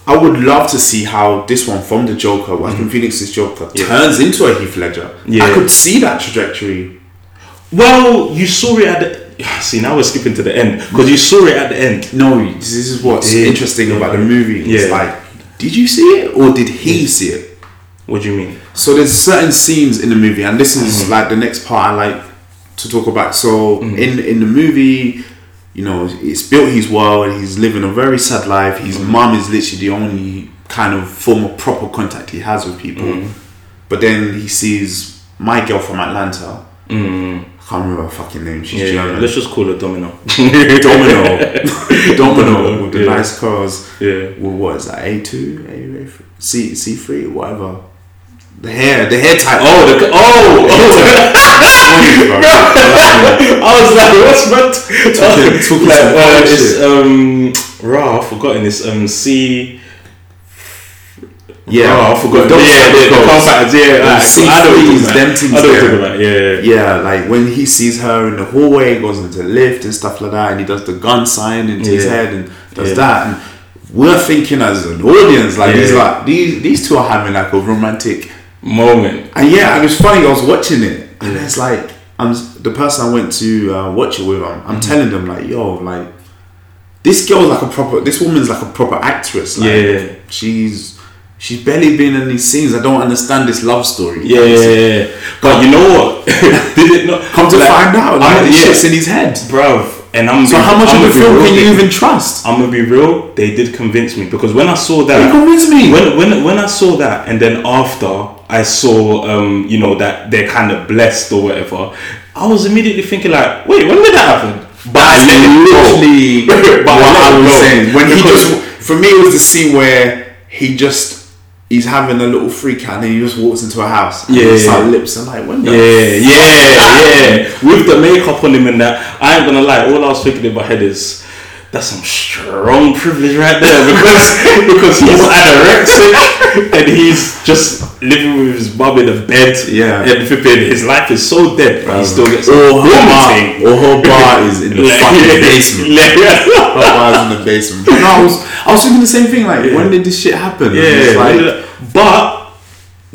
I would love to see how this one from the Joker, Joaquin Phoenix's Joker, turns into a Heath Ledger.
Mm-hmm. Yeah.
I could see that trajectory.
well, you saw it at the see now we're skipping to the end because you saw it at the end.
No, this is what's
Yeah.
interesting about the movie. It's
Yeah.
like, did you see it or did he see it?
What do you mean?
So there's certain scenes in the movie,
Mm-hmm.
and this is like the next part I like to talk about. So in in the movie, you know, it's built his world and he's living a very sad life. His
Mm-hmm.
mum is literally the only kind of form of proper contact he has with people.
Mm-hmm.
But then he sees my girl from Atlanta. I can't remember her fucking name. She's
Mm-hmm. Yeah,
German.
let's just call it Domino.
Domino. Domino with the
Yeah.
nice cars.
Yeah.
Well, what is that? A two, A three, C C three, whatever. The hair, the hair type.
Oh, the, oh, oh. I was like, what's what?
Talking- talking
like,
some
uh,
bad
it's,
shit.
um, raw, I've forgotten this. Um, C.
yeah,
raw, I forgot.
Domino
yeah, yeah, the
cars.
compacts, yeah. Like,
C3
I know what you're
is
talking
them
about.
things
I know what
there.
you're talking about, yeah.
Yeah, like when he sees her in the hallway, he goes into the lift and stuff like that, and he does the gun sign into his
Yeah.
head and does
Yeah.
that. And we're thinking as an audience, like these,
Yeah.
like these, these two are having like a romantic
Moment.
And yeah, it was funny. I was watching it, and it's like I'm the person I went to uh, watch it with. I'm,
Mm-hmm.
I'm telling them like, yo, like this girl's like a proper. This woman's like a proper actress. Like,
Yeah.
she's she's barely been in these scenes. I don't understand this love story.
Yeah, yeah, yeah. But you know what? Did it not
Come to
like,
find out, like,
I'm-
this
yeah.
shit's in his head.
bruv? And I'm
So how much
I'm
of the film can you even trust?
I'm gonna be real. They did convince me because when I saw that,
They convinced me.
When when when I saw that, and then after I saw, um, you know that they're kind of blessed or whatever, I was immediately thinking like, wait, when did that happen? But I let it go.
literally
But
what I
I let it
was
go.
saying. When he
Because-
just, for me, it was the scene where he just. He's having a little freak out and he just walks into a house. And
Yeah,
it's
yeah.
like lips are like, when the
Yeah, yeah, yeah. With the makeup on him and that, I ain't gonna lie. All I was thinking in my head is that's some strong privilege right there because because he's anorexic and he's just living with his mum in a bed.
Yeah.
and flipping his life is so dead, but he still gets
Or her bar,
vomiting.
or her bar is in the
Like-
fucking basement. Oh,
Like-
Her bar is in the basement. But no, I was, I was thinking the same thing. Like, when did this shit happen? And it's
Yeah,
like,
but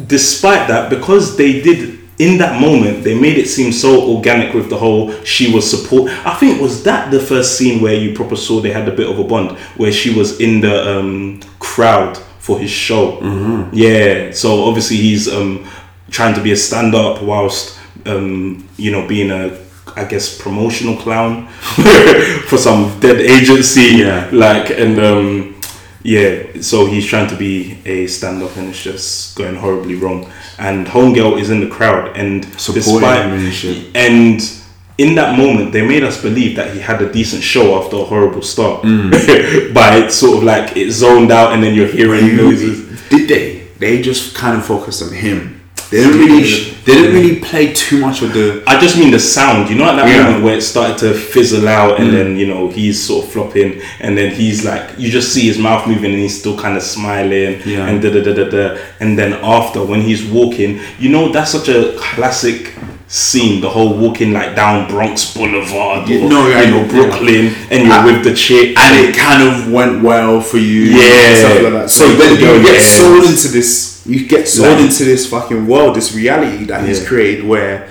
despite that, because they did in that moment, they made it seem so organic with the whole she was support. I think was that the first scene where you proper saw they had a bit of a bond, where she was in the um, crowd for his show. Yeah, so obviously he's um, trying to be a stand up whilst um, you know being a. I guess promotional clown for some dead agency,
Yeah.
like and um, yeah, so he's trying to be a stand up and it's just going horribly wrong. And Homegirl is in the crowd and
Supporting him and shit.
and in that moment they made us believe that he had a decent show after a horrible start.
Mm.
By it sort of like it zoned out and then you're hearing noises.
did they? They just kind of focused on him. They didn't really, they didn't really play too much of the.
I just mean the sound, you know, at that
Yeah. Mm.
moment where it started to fizzle out, and then you know he's sort of flopping, and then he's like, you just see his mouth moving, and he's still kind of smiling,
Yeah.
and da da da da da. And then after, when he's walking, you know, that's such a classic scene. The whole walking like down Bronx Boulevard,
Yeah,
or,
no, yeah,
you know,
yeah.
Brooklyn, and you're
Ah.
with the chick,
And it kind of went well for you. and
Yeah.
stuff like that. So
Like,
then
yeah,
you get
yeah.
sold into this. You get sold
Like-
into this fucking world, this reality that he's
Yeah.
created, where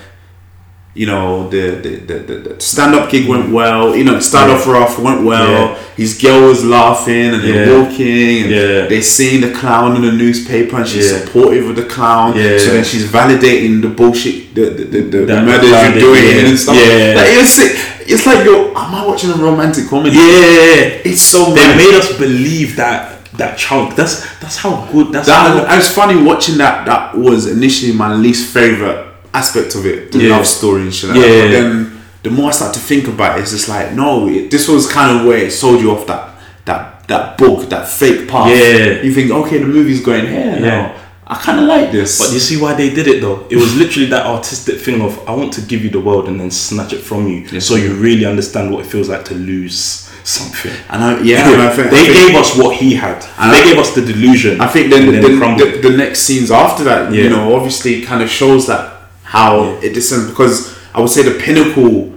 you know the the, the, the, the stand up gig went well. You know, the start off rough went well.
Yeah.
His girl was laughing and
Yeah.
they're walking. And
Yeah.
they seen the clown in the newspaper and she's
Yeah.
supportive of the clown.
Yeah.
So then she's validating the bullshit, the the, the, the, the
That-
murders
that-
you're doing
yeah.
and stuff.
Yeah.
Like, it's sick. It's like yo, am I watching a romantic comedy?
yeah.
It's so
They
mad.
made us believe that that chunk. That's that's how good. That's
That
how.
it was funny watching that. That was initially my least favorite aspect of it, the
Yeah.
love story and shit. Like
Yeah.
that. But then the more I start to think about it, it's just like no, it, this was kind of where it sold you off that that that book, that fake path.
Yeah.
you think okay, the movie's going here
Yeah.
now. I kind of like this.
But you see why they did it though? It was literally that artistic thing of I want to give you the world and then snatch it from you, so you really understand what it feels like to lose something.
and I, yeah, and I think,
they
I think,
gave us what he had.
And
they
I-
gave us the delusion.
I think then,
and
the,
crumbled.
the, the, next scenes after that,
Yeah.
you know, obviously kind of shows that how it descends because I would say the pinnacle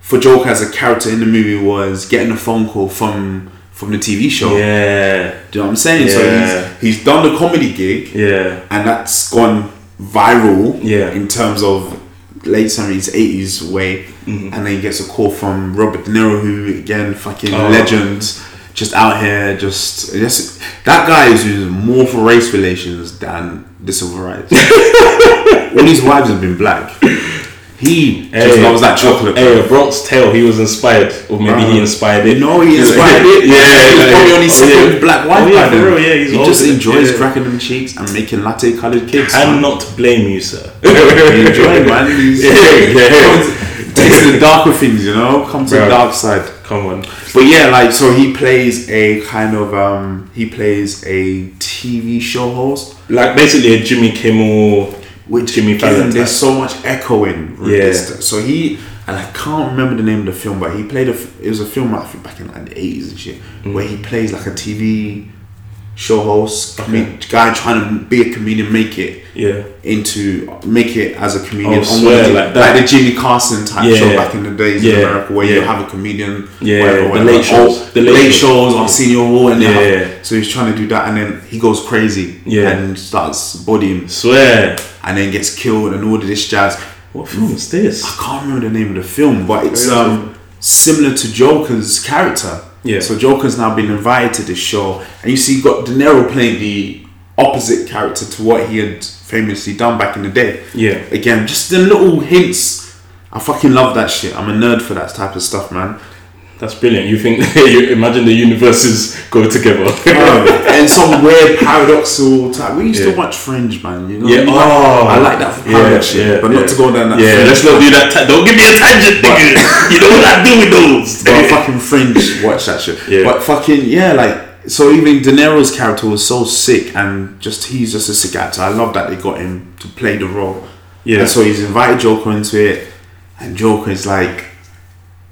for Joker as a character in the movie was getting a phone call from from the TV show.
yeah,
Do you know what I'm saying?
Yeah.
So he's he's done the comedy gig
yeah,
and that's gone viral
Yeah.
in terms of late seventies, eighties way.
Mm-hmm.
And then he gets a call from Robert De Niro, who again, fucking
Oh.
legend, just out here, just yes, that guy is using more for race relations than the civil rights. All his wives have been black. He just
Hey,
loves that chocolate.
Hey, a Bronx Tale. He was inspired, or maybe
Bruh.
he inspired it.
No, he inspired
Yeah,
it.
yeah,
he's
yeah.
probably on his
Oh,
second
yeah.
black wine
Oh, yeah,
platinum.
for real, yeah, he's
he
older
just
than-
enjoys
yeah.
cracking them cheeks and making latte coloured cakes.
I
man.
not blame you, sir.
You enjoy, man. He's- Takes the darker things, you know. Come to the
Bruh.
dark side.
Come on.
But yeah, like so he plays a kind of um he plays a TV show host.
Like basically a Jimmy Kimmel,
Which
Jimmy Fallon.
Given
type.
there's so much echoing. with
Yeah.
this stuff. So he and I can't remember the name of the film, but he played a. f- It was a film I think back in like the eighties and shit,
Mm.
where he plays like a TV show host, comed- guy trying to be a comedian, make it
Yeah.
into make it as a comedian.
Oh,
on
swear,
one of the-
like that.
the Jimmy Carson type
Yeah.
show back in the days in
Yeah.
America, where you
Yeah.
have a comedian,
Yeah,
whatever,
the
whatever.
late shows.
Oh,
The
late,
late
shows
shows.
on senior wall, and
Yeah.
then so he's trying to do that, and then he goes crazy,
Yeah.
and starts bodying
Swear.
and then gets killed and all of this jazz.
What film is this?
I can't remember the name of the film, but it's um similar to Joker's character.
Yeah.
So Joker's now been invited to this show, and you see, you got De Niro playing the opposite character to what he had famously done back in the day.
Yeah.
Again, just the little hints. I fucking love that shit. I'm a nerd for that type of stuff, man.
That's brilliant. You think you imagine the universes go together?
Um, and some weird paradoxal type. We used to
Yeah.
watch Fringe, man. You know.
Yeah.
You like-
Oh.
I like that for
Yeah,
paradox shit,
yeah,
but not
yeah.
to go down that.
yeah,
Fringe
let's not do that. Ta- don't give me a tangent, nigga. you know what I do with those.
but fucking fringe watch that shit.
Yeah.
But fucking yeah, like so even De Niro's character was so sick and just he's just a sick actor. I love that they got him to play the role.
Yeah.
And so he's invited Joker into it and Joker is like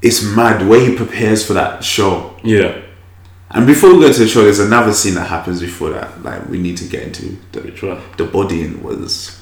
it's mad the way he prepares for that show.
yeah.
And before we go to the show, there's another scene that happens before that, like we need to get into. The,
Which one?
the bodying was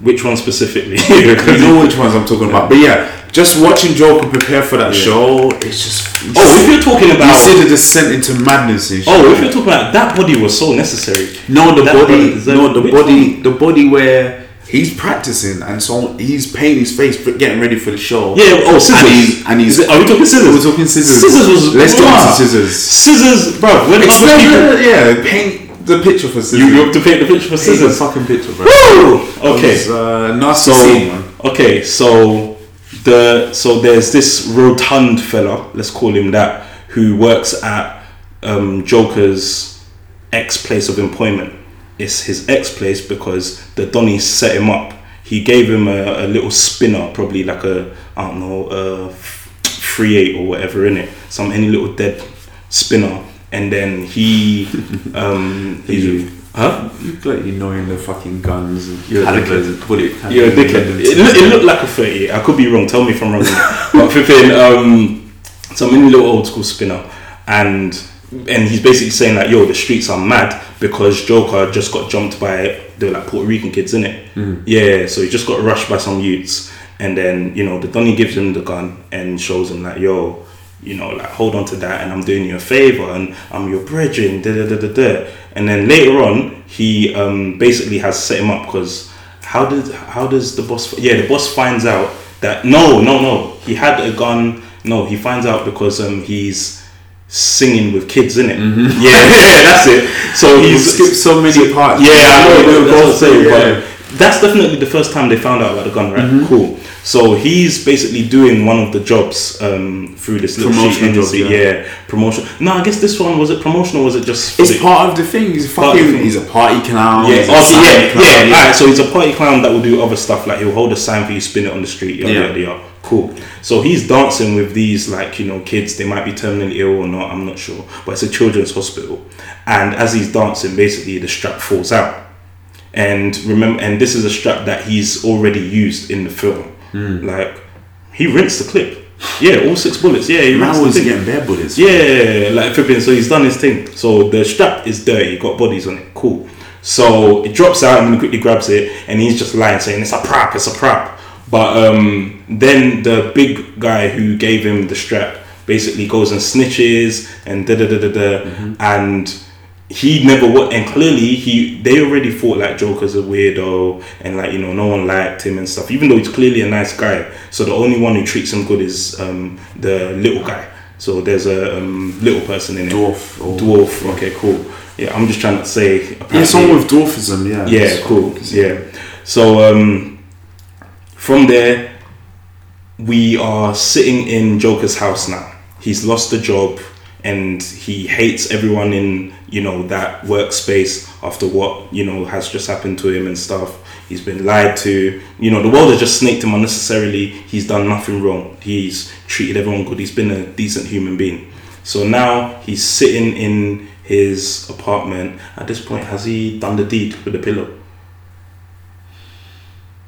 Which one specifically?
you know which ones I'm talking about. But yeah, just watching Joker prepare for that show, it's just
oh, if you're talking
you
about
see the descent into madness and shit.
oh, if you're talking about that body was so necessary.
No, the
That
body.
brother deserved-
no, the
which
body. The body where he's practicing and so he's painting his face, but getting ready for the show.
Yeah. Oh, scissors.
And he's- and he's-
Is it- are we talking scissors?
We're talking scissors.
Scissors was.
Let's go
Bruh.
to scissors.
Scissors, bro. When other people,
Explain- yeah, paint the picture for scissors.
you, you have to paint the picture for
paint the
scissors.
fucking picture, bro.
Woo! Okay.
It's, uh, nasty
So
scene, man.
okay, so the so there's this rotund fella, let's call him that, who works at um, Joker's ex place of employment. It's his ex place because the Donny set him up. He gave him a, a little spinner, probably like a I don't know, a free eight or whatever in it, some any little dead spinner, and then he um he huh
You look like you knowing the fucking guns and
You're a
calibers and bullet.
Yeah, a dickhead. It, loo- it looked like a 38. I could be wrong. Tell me if I'm wrong. but flipping, um, so I'm in a little old school spinner, and and he's basically saying like, "Yo, the streets are mad because Joker just got jumped by they were like Puerto Rican kids, in it. Yeah, so he just got rushed by some youths, and then you know the Donny gives him the gun and shows him like, "Yo, you know, like hold on to that, and I'm doing you a favor, and I'm your brethren." Da da da da da. And then later on, he um, basically has set him up because how did how does the boss? Yeah, the boss finds out that no, no, no. He had a gun. No, he finds out because um he's singing with kids in it. Yeah, yeah, that's it. So
Mm-hmm. You
he's
skipped so many parts.
yeah, I
We're
know. That's what I'm
both-
saying,
yeah. Mm-hmm.
but that's definitely the first time they found out about the gun, right? Cool. So he's basically doing one of the jobs um, through this little sheet
Promotional
agency.
jobs,
yeah.
yeah.
promotion. No, I guess this one was it promotional? Was it just?
It's part of the thing. He's
Part of the
fucking.
thing.
He's a party clown.
yeah,
he's a
oh, so
side
yeah,
clown,
yeah, Alright, so he's a party clown that will do other stuff like he'll hold a sign for you, spin it on the street, yada
Yeah.
yada yada. Cool. So he's dancing with these like you know kids. They might be terminally ill or not. I'm not sure, but it's a children's hospital. And as he's dancing, basically the strap falls out. And remember, and this is a strap that he's already used in the film. Like he rinsed the clip. Yeah, all six bullets. Yeah, he rinsed
Man
the
was
clip.
getting bare bullets.
Yeah, like flipping. So he's done his thing. So the strap is dirty, it got bodies on it. Cool. So it drops out and he quickly grabs it, and he's just lying, saying it's a prop, it's a prop. But um, then the big guy who gave him the strap basically goes and snitches and da da da da da, and he never wa and clearly he they already thought like Joker's a weirdo and like you know no one liked him and stuff even though he's clearly a nice guy so the only one who treats him good is um the little guy so there's a um, little person in it
Dwarf or-
dwarf okay cool yeah I'm just trying to say
Yeah,
apparently-
someone with um, dwarfism. Yeah.
yeah cool yeah so um from there we are sitting in Joker's house now. He's lost the job and he hates everyone in, you know, that workspace after what, you know, has just happened to him and stuff. He's been lied to. You know, the world has just snaked him unnecessarily. He's done nothing wrong. He's treated everyone good. He's been a decent human being. So now he's sitting in his apartment. At this point, has he done the deed with the pillow?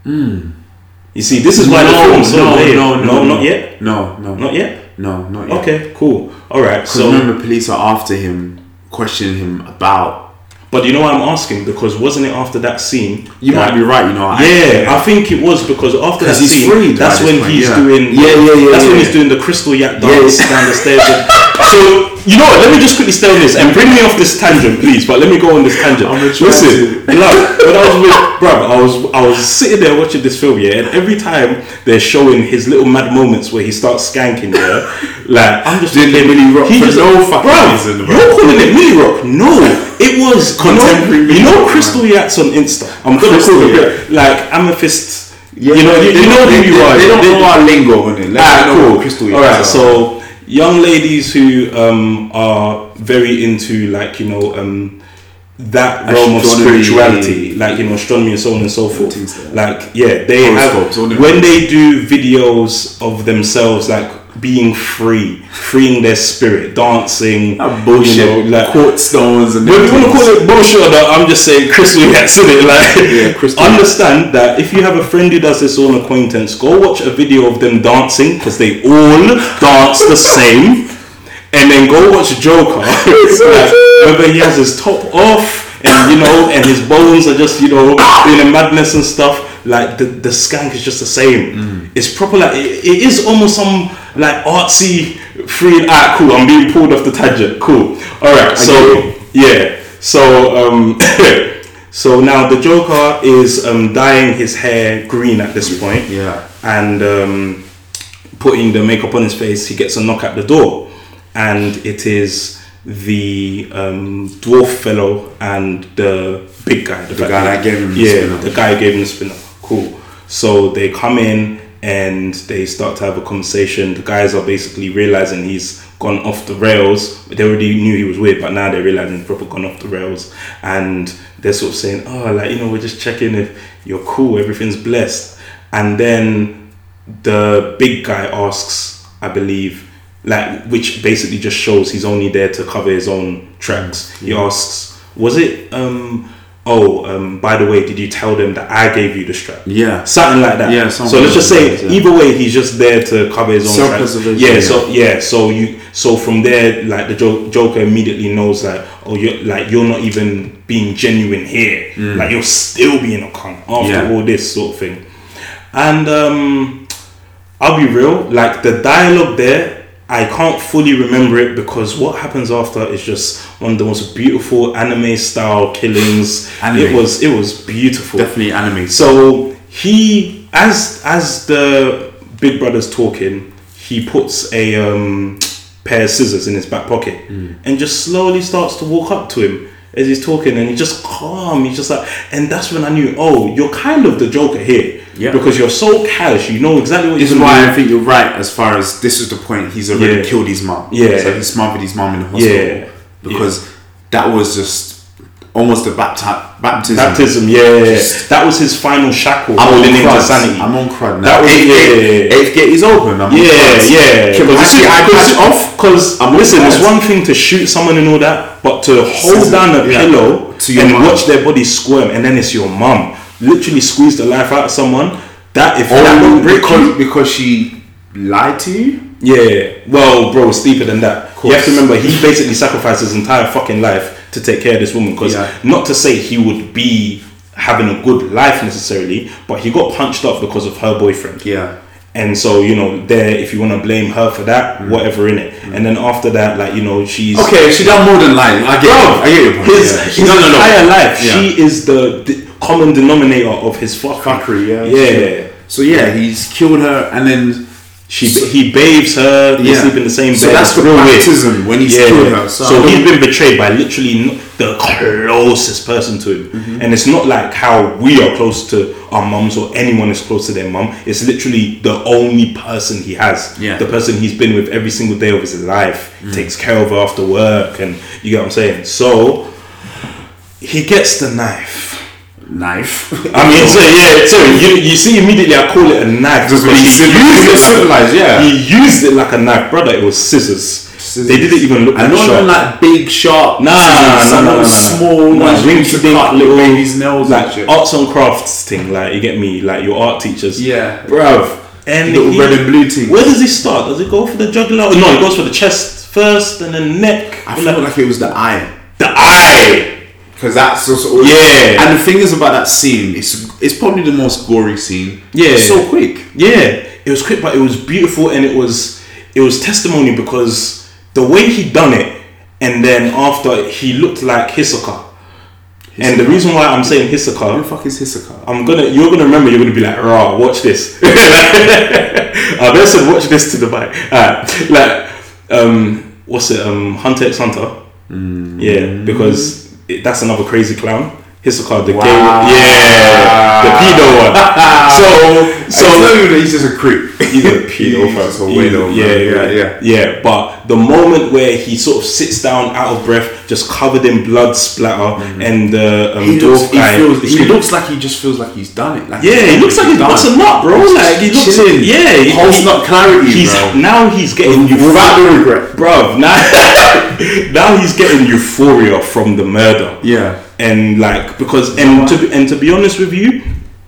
You see, this is why the
no,
film's so
no,
weird.
no, no,
not yet,
No, no,
not yet.
no, not yet.
Okay, cool. All right.
Because
So,
remember, police are after him, questioning him about.
but you know why I'm asking because wasn't it after that scene?
You
that-
might be right. You know. I-
Yeah, I think it was because after that
'Cause he's
scene,
freed by
that's
this
when
point,
he's
yeah.
doing.
Yeah, yeah, yeah,
That's when
yeah.
he's doing the crystal yak
Yeah,
dance
yeah.
down the stairs. and- so you know what? Let me just quickly stay on this and bring me off this tangent, please. But let me go on this tangent.
I'm attracted.
Listen, love. When I was with bruv, I was I was sitting there watching this film, yeah, and every time they're showing his little mad moments where he starts skanking, yeah, like I'm just
Didn't they
thinking,
really rock
he
for
just-
no fucking
bruv,
reason, bruv.
You're calling it mini rock? No, it was
Contemporary
You know, you
mini
know
rock,
Crystal Yats on Insta. I'm gonna
Crystal
call it
Yak.
like amethyst.
Yeah,
you know,
they-
you,
they
you know
don't-
who
they,
you
they,
are.
They don't know our lingo on it. Like,
Ah,
they know
cool.
what Crystal
All right,
is.
so young ladies who um, are very into like you know um, that realm of
Astronomy.
spirituality, like you know astronomy and so on and so forth.
Things like
Like yeah, they have
Horoscopes, all them
when they do videos of themselves like being free, freeing their spirit, dancing,
That bullshit.
you know, like
court stones and.
but if you want to call it bullshit or not, I'm just saying crystal gets in it. Like,
Yeah, crystal.
understand that if you have a friend who does this or an acquaintance, go watch a video of them dancing because they all dance the same. And then go watch Joker. like, whether he has his top off and you know, and his bones are just you know doing a madness and stuff. Like the, the skank is just the same.
Mm.
It's proper. Like it, it is almost some like artsy free. Ah, cool. I'm being pulled off the tangent. Cool. All right.
get
So yeah. So um, so now the Joker is um, dyeing his hair green at this point.
Yeah.
And um, putting the makeup on his face, he gets a knock at the door, and it is the um, dwarf fellow and the big guy. The, black
guy that gave him the
yeah,
spinner.
the guy who gave him the spinner. Cool. So they come in and they start to have a conversation. The guys are basically realizing he's gone off the rails. They already knew he was weird, but now they're realizing he's proper gone off the rails. And they're sort of saying, "Oh, like you know, we're just checking if you're cool. Everything's blessed." And then the big guy asks, I believe, like which basically just shows he's only there to cover his own tracks. He
Mm-hmm.
asks, "Was it um oh um by the way, did you tell them that I gave you the strap?"
Yeah.
something like that.
Yeah, something
So let's just say
like that, yeah.
either way, he's just there to cover his own tracks.
Self-preservation,
Yeah,
yeah.
So yeah, so you so from there, like the jo- Joker immediately knows that oh you're like you're not even being genuine here. Like you're still being a cunt after
Mm. Yeah.
all this sort of thing. And um, I'll be real, like the dialogue there, I can't fully remember it because what happens after is just one of the most beautiful anime style killings. It
Anime.
was it was beautiful.
definitely anime.
So he, as as the big brother's talking, he puts a um, pair of scissors in his back pocket
Hmm.
and just slowly starts to walk up to him as he's talking, and he's just calm. He's just like, and that's when I knew, oh, you're kind of the Joker here
Yeah.
because you're so cash. You know exactly what
This is
you're
why
doing.
I think you're right as far as this is the point he's already
Yeah.
killed his mom.
Yeah.
So he smothered his mom in the hospital.
Yeah.
Because that was just almost a bapti- baptism.
Baptism, yeah, that was his final shackle
I'm on
holding him to
crud.
sanity.
I'm on crud now.
That was-
eighth,
yeah, yeah,
gate,
yeah.
eighth gate is open. I'm on
Yeah,
crud.
yeah.
Can my
it's-
eye
because-
patch off?
Because
I'm
listen, it's
obsessed.
one thing to shoot someone and all that, but to hold
Scissor,
down a
yeah.
pillow
To your
and
mum.
watch their body squirm, and then it's your mum literally squeeze the life out of someone. That if that
Oh,
don't break you,
because, because she lied to you?
yeah. Well, bro, it's deeper than that. You
course.
have to remember, he basically sacrificed his entire fucking life to take care of this woman. Because
Yeah.
not to say he would be having a good life necessarily, but he got punched up because of her boyfriend.
Yeah.
And so, you know, there, if you want to blame her for that, whatever in it. And then after that, like, you know, she's.
Mm. Okay, she done more than lying. I get
Bro,
it. I get your point.
His,
yeah.
his
She done a lot.
entire life,
Yeah.
she is the, the common denominator of his fuckery.
Fuckery, yeah.
Yeah.
So yeah, he's killed her, and then
She he bathes her. They
Yeah.
sleep in the same
So
bed.
that's
It's
the
real weird.
baptism when he's killed her. So
So,
I don't-
he's been betrayed by literally n- the closest person to him,
Mm-hmm.
and it's not like how we are close to our mums or anyone is close to their mum. It's literally the only person he has.
Yeah. Mm.
The person he's been with every single day of his life takes care of her after work, and you get what I'm saying. So he gets the knife.
knife.
I mean, so yeah, so you, you see immediately I call it a knife
Just what
because he
he symbolized-
used it-
symbolized, yeah.
he used it like a knife, brother. It was scissors. They didn't even look
I
at
know
sharp.
them like big sharp.
Nah,
scissors,
nah,
some
nah,
of them
nah, nah, nah.
small
Nah,
ones.
rinky
used to
dink
cut little babies' nails and
like
shit.
arts and crafts thing. Like you get me, like your art teachers.
Yeah.
bruv. And
Little
he-
red and blue thing.
Where does he start? Does he go for the jugular? No, he goes for the chest first, and then neck.
I felt like it was the iron.
the eye.
Cause that's just all
Yeah.
And the thing is about that scene, it's it's probably the most gory scene.
Yeah.
It's so quick.
Yeah, it was quick, but it was beautiful, and it was it was testimony because the way he done it, and then after he looked like Hisoka. And the reason why I'm saying Hisoka,
Who the fuck is Hisoka?
I'm gonna you're gonna remember you're gonna be like rah watch this I better said watch this to the bike Alright, like um what's it um Hunter x Hunter yeah because it, that's another crazy clown Hisoka the gay
Wow.
yeah the pedo one so so
I know that he's just a creep.
He's a pedo,
He's
fam.
just a
He's-
weirdo, man.
yeah,
Yeah,
yeah, yeah, But the moment where he sort of sits down, out of breath, just covered in blood splatter, and the
Mm-hmm.
um,
He,
dwarf
looks, he,
guy,
feels, he
screaming-
looks like he just feels like he's done it. Like
yeah, he looks like he's
done.
busting up, bro.
He's
Like he
just
looks,
chilling.
yeah, he-
Pulse not clarity,
He's
bro.
now he's getting
Without
euphoria,
the regret.
bro. Now, now he's getting euphoria from the murder.
Yeah.
and like because and to be, and to be honest with you,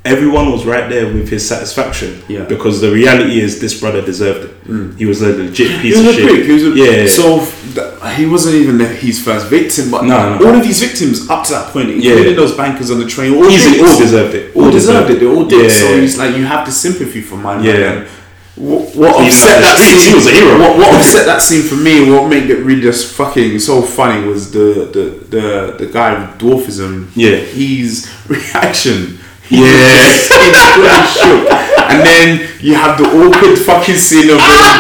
everyone was right there with his satisfaction.
Yeah. Hmm.
because the reality is this brother deserved it. He was a legit piece
He
of
was a
shit.
prick. He was a,
yeah,
So th- he wasn't even the, his first victim, but
No, no.
all of these victims up to that point,
Yeah.
including those bankers on the train, all,
Easily,
did it.
all deserved it.
All,
All
deserved,
deserved
it. They all did.
it.
So
Yeah.
it's like you have the sympathy for my man.
Yeah.
What, what
He's
upset
like,
that
he- he
scene
was a hero.
What, what upset that scene for me? What made it really just fucking so funny was the the the, the guy with dwarfism.
Yeah.
his reaction. He
Yeah.
was just- he was really shook. And then you have the awkward fucking scene of him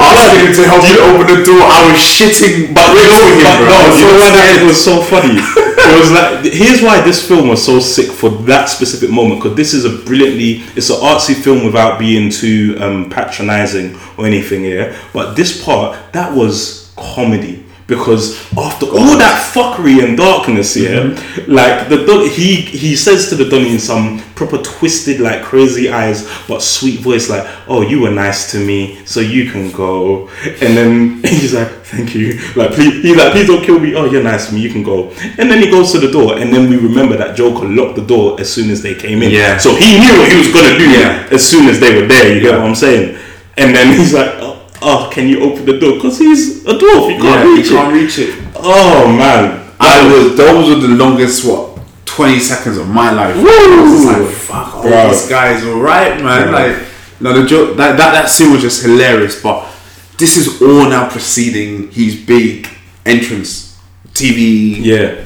asking him to help you open the door. I was shitting, but we're
But
going him, bro.
no,
I was
you
so
know why that
scared.
was so funny? It was like here's why this film was so sick for that specific moment because this is a brilliantly it's an artsy film without being too um, patronizing or anything yeah. But this part that was comedy because after all that fuckery and darkness yeah,
Mm-hmm.
like the Don- he he says to the Donny in some proper twisted like crazy eyes but sweet voice like oh you were nice to me so you can go and then he's like thank you like please he's like please don't kill me oh you're nice to me you can go and then he goes to the door and then we remember that Joker locked the door as soon as they came in
Yeah.
so he knew what he was gonna do
Yeah.
as soon as they were there you get what I'm saying and then he's like oh, oh, can you open the door because he's a dwarf you can't
Yeah, you
reach it
can't reach it.
Oh man,
I was. Those were the longest what twenty seconds of my life. I was just like, fuck, oh,
Bro.
this guy is alright, man.
Bro.
Like, no, the joke that, that that scene was just hilarious. But this is all now preceding his big entrance, TV,
yeah,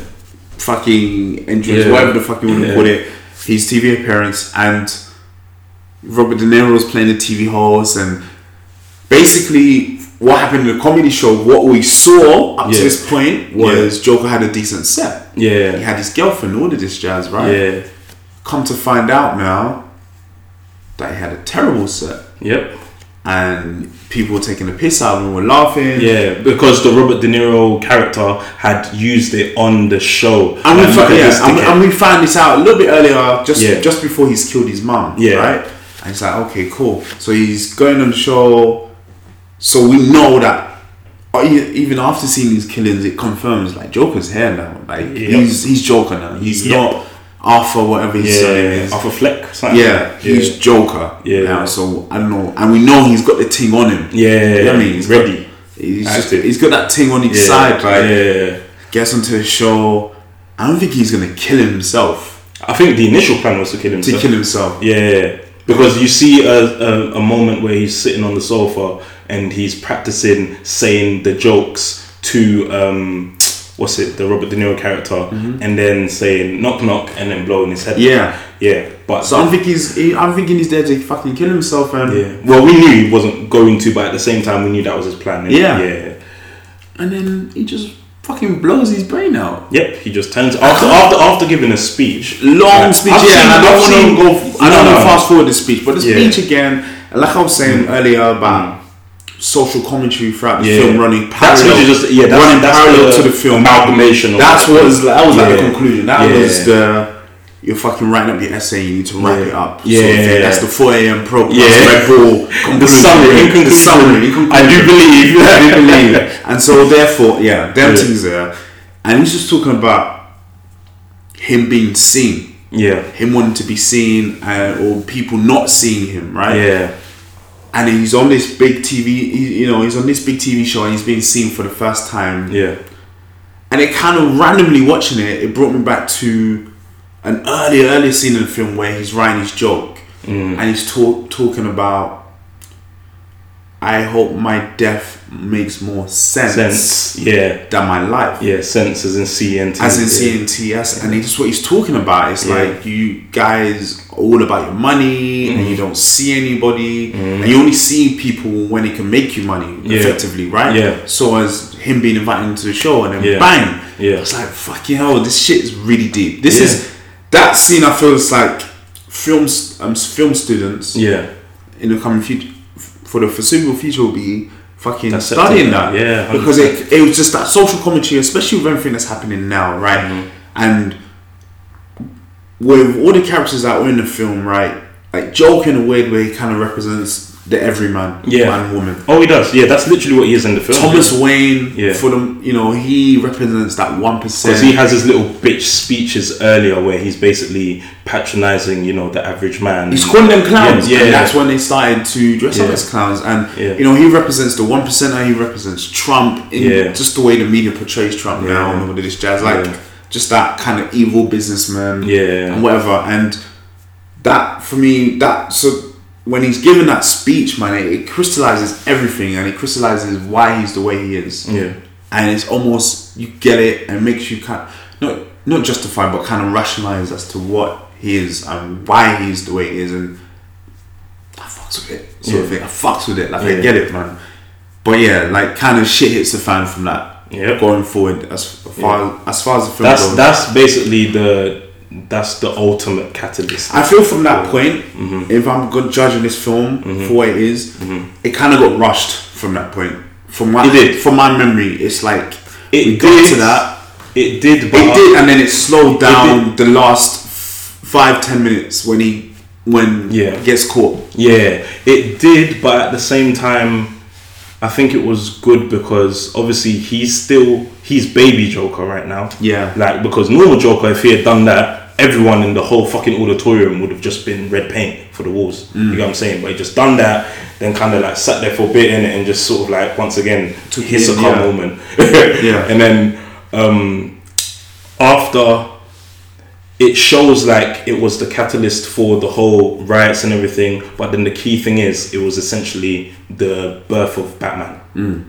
fucking entrance,
Yeah.
whatever the fuck you want to
Yeah.
call it. His TV appearance and Robert De Niro was playing the TV host and basically what happened in the comedy show, what we saw up to
Yeah.
this point was Joker had a decent set.
Yeah.
He had his girlfriend, all of this jazz, right?
yeah,
Come to find out now that he had a terrible set.
yep,
And people were taking the piss out of him, were laughing.
yeah. Because the Robert De Niro character had used it on the show.
And we,
Like,
fi-
look at
yeah,
this
and, we-
dickhead.
and we found this out a little bit earlier, just
Yeah.
just before he's killed his mum.
Yeah.
Right? And it's like, okay, cool. So he's going on the show. So we know that uh, e- even after seeing these killings, it confirms like Joker's here now. Like
Yep.
he's he's Joker now. He's
Yep.
not Alpha, whatever his surname
yeah,
is.
Arthur Fleck. something.
Yeah, he's Joker.
Yeah.
Now, so I don't know, and we know he's got the ting on him.
yeah,
You know what I mean,
he's
got-
ready.
He's just,
Active.
he's got that ting on his
Yeah,
side. Like
yeah.
gets onto his show. I don't think he's gonna kill himself.
I think the initial plan was to kill
to
himself.
kill himself.
Yeah, because you see a, a, a moment where he's sitting on the sofa and he's practicing saying the jokes to um, what's it, the Robert De Niro character, and then saying knock knock, and then blowing his head.
Mm-hmm. Yeah.
yeah. But
So I'm thinking he's, he- I'm thinking he's there to fucking kill himself and
yeah. Well, we knew he wasn't going to, but at the same time, we knew that was his plan. innit?
Yeah.
yeah.
and then he just fucking blows his brain out.
Yep, he just turns after after after giving a speech.
Long
Like,
speech,
I've
yeah. and
seen-
I
I've
don't want
seen-
to go. I don't want
No, no.
to fast forward the speech, but the
Yeah.
speech again, like I was saying earlier about social commentary throughout the
Yeah.
film, running
That's
parallel,
what you just yeah. That's,
running
that's
parallel
the
to the film.
amalgamation. of-
That's what was that was like the
Yeah.
conclusion. That
Yeah.
was the you're fucking writing up the essay. You need to wrap
Yeah.
it up.
Yeah.
sort of thing. that's the four a.m. program. Yeah,
Yeah.
Red Bull.
the
conclusion.
summary. In
The
conclusion,
summary. in
I do believe.
I do believe. And so therefore, yeah, them
Yeah.
things there. And he's just talking about him being seen,
Yeah,
him wanting to be seen, uh, or people not seeing him, right?
yeah,
And he's on this big TV, he, you know, he's on this big TV show, and he's being seen for the first time.
yeah,
And it kind of randomly watching it, it brought me back to an earlier, earlier scene in the film where he's writing his joke,
Mm.
and he's talk, talking about. I hope my death makes more
sense. Yeah,
than my life.
yeah, sense as in C and T.
As in
yeah.
CNTS, and that's what he's talking about. It's
Yeah.
like you guys are all about your money,
Mm-hmm.
and you don't see anybody, and you only see people when it can make you money,
Yeah.
effectively, right?
Yeah.
So as him being invited into the show, and then
Yeah.
bang,
Yeah.
It's like fucking hell, this shit is really deep. This
Yeah.
is that scene. I feel is like films, um, film students
Yeah,
in the coming future for the foreseeable future will be fucking
That's
studying that
September, yeah,
because it, it was just that social commentary especially with everything that's happening now right
Mm-hmm.
and with all the characters that were in the film right like Joke in a weird way kind of represents the everyman
yeah.
man woman
Oh, he does. Yeah, that's literally what he is in the film.
Thomas Wayne
Yeah.
for them you know he represents that 1%
Because he has his little bitch speeches earlier where he's basically patronizing, you know, the average man.
He's calling them clowns,
Yeah,
and
yeah.
that's when they started to dress up
Yeah.
as clowns. And
Yeah.
you know, he represents the one percenter. He represents Trump in
Yeah.
just the way the media portrays Trump now and all of this jazz, like
Yeah.
just that kind of evil businessman,
Yeah.
and whatever. And that for me, that so when he's given that speech, man, it, it crystallizes everything, and it crystallizes why he's the way he is.
Yeah.
and it's almost you get it, and makes you kind not not justify, but kind of rationalize as to what he is and why he is the way he is, and I fucks with it. Sort of
Yeah.
thing. I fucks with it. Like
Yeah.
I get it, man. But yeah, like kind of shit hits the fan from that.
Yep.
Going forward, as far as far as the film
That's
goes,
that's basically the that's the ultimate catalyst.
I feel from that point,
Mm-hmm.
if I'm good judging this film for what it is, it kind of got rushed from that point. From my
It did.
from my memory, it's like
It
we got
did,
to that.
It did, but
It did, and then it slowed down the last f- five ten minutes when he when
Yeah.
he gets caught.
Yeah, it did, but at the same time, I think it was good because obviously he's still he's baby Joker right now.
Yeah.
like because normal Joker, if he had done that, everyone in the whole fucking auditorium would have just been red paint for the walls.
Mm.
You know what I'm saying? But he just done that, then kind of like sat there for a bit in it and just sort of like once again took his
in,
succumb
yeah.
moment.
Yeah.
and then um after it shows like it was the catalyst for the whole riots and everything but then the key thing is it was essentially the birth of batman
Mm.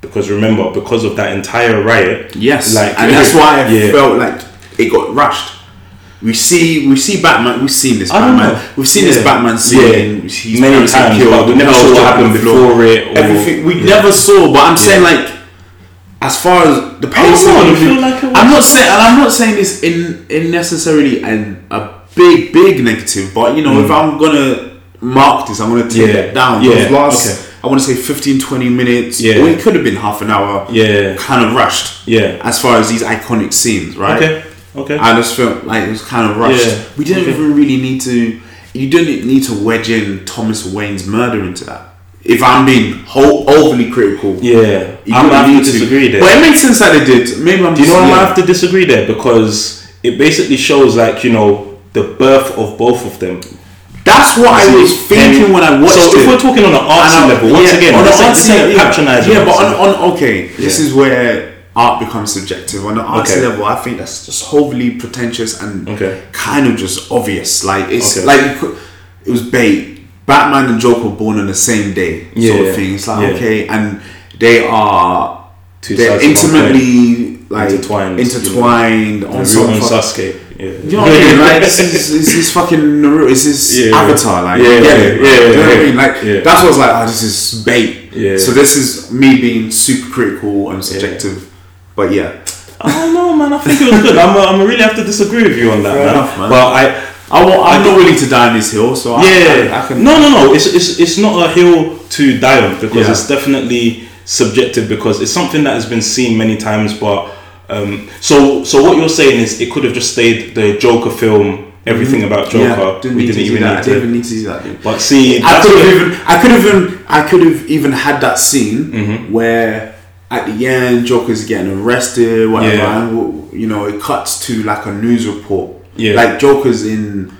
because remember because of that entire riot
Yes,
like
and that's why I
yeah.
felt like it got rushed. We see, we see Batman. We've seen this
I don't know.
Batman. We've seen
Yeah.
this Batman scene.
Yeah.
He's
Many
parents get
times, but we never
Elsa
saw what
on the
happened
floor.
before it or-
Everything we
Yeah.
never saw. But I'm saying like, as far as the pace,
know,
of
I
the
feel
movie-
like it was-
I'm not saying, and I'm not saying this in in necessarily an a big big negative. But you know, if I'm gonna mark this, I'm gonna take
Mm. Yeah.
it down.
Yeah.
Those last,
Okay.
I want to say 15, 20 minutes.
Yeah.
or it could have been half an hour.
Yeah.
kind of rushed
yeah
as far as these iconic scenes, right?
okay okay
I just felt like it was kind of rushed.
Yeah.
We didn't
Okay.
even really need to. You didn't need to wedge in Thomas Wayne's murder into that. If I'm being whole, overly critical,
yeah
you
i'm
didn't
having
need
to disagree there
But it makes sense that it did. Maybe I'm.
Do you know
just,
why I
yeah.
have to disagree there? Because it basically shows like you know the birth of both of them.
That's what I was thinking
And-
when I watched
So
it.
if we're talking on an artsy
And I-
level, once
yeah,
again,
on
on
the
this,
art
this ain't
scene, yeah.
patronizing.
Yeah, but on,
myself.
on okay, this
Yeah.
is where art becomes subjective. On the art
Okay.
level, I think that's just wholly pretentious and
Okay.
kind of just obvious. Like it's
Okay.
like you could- it was bait. Batman and Joker were born on the same day, sort
Yeah.
of thing. It's like
Yeah.
okay, and they are
Two
They're
sides of one coin.
intimately like
Intertwined,
intertwined,
you know.
on
Naruto
some
and
fuck-
Sasuke. Yeah.
You know what I mean? Like this is this is fucking Naruto. It's this
Yeah.
Avatar. Like
Yeah,
you get it,
yeah,
like,
yeah,
Do you know what I
yeah.
mean? Like
Yeah.
that's what I was like. Oh, this is bait.
Yeah.
So this is me being super critical and subjective. But yeah,
I don't know, Oh, man. I think it was good. I'm, uh, I'm really have to disagree with you on that,
Fair
man.
enough, man.
But I,
I want, I'm
I
not willing to die on this hill. So I,
yeah,
I, I can.
no, no, no. It's, it's it's not a hill to die on because
Yeah.
it's definitely subjective because it's something that has been seen many times. But um, so so what you're saying is it could have just stayed the Joker film, everything about Joker.
Mm-hmm. Yeah, didn't
we
need
didn't
to do
even
that.
need
I didn't
to.
even need to do that. dude.
But see,
I
that's
could
what-
have even I could have even I could have even had that scene
Mm-hmm.
where at the end Joker's getting arrested, whatever.
Yeah.
And, w- you know, it cuts to like a news report.
Yeah.
like Joker's in.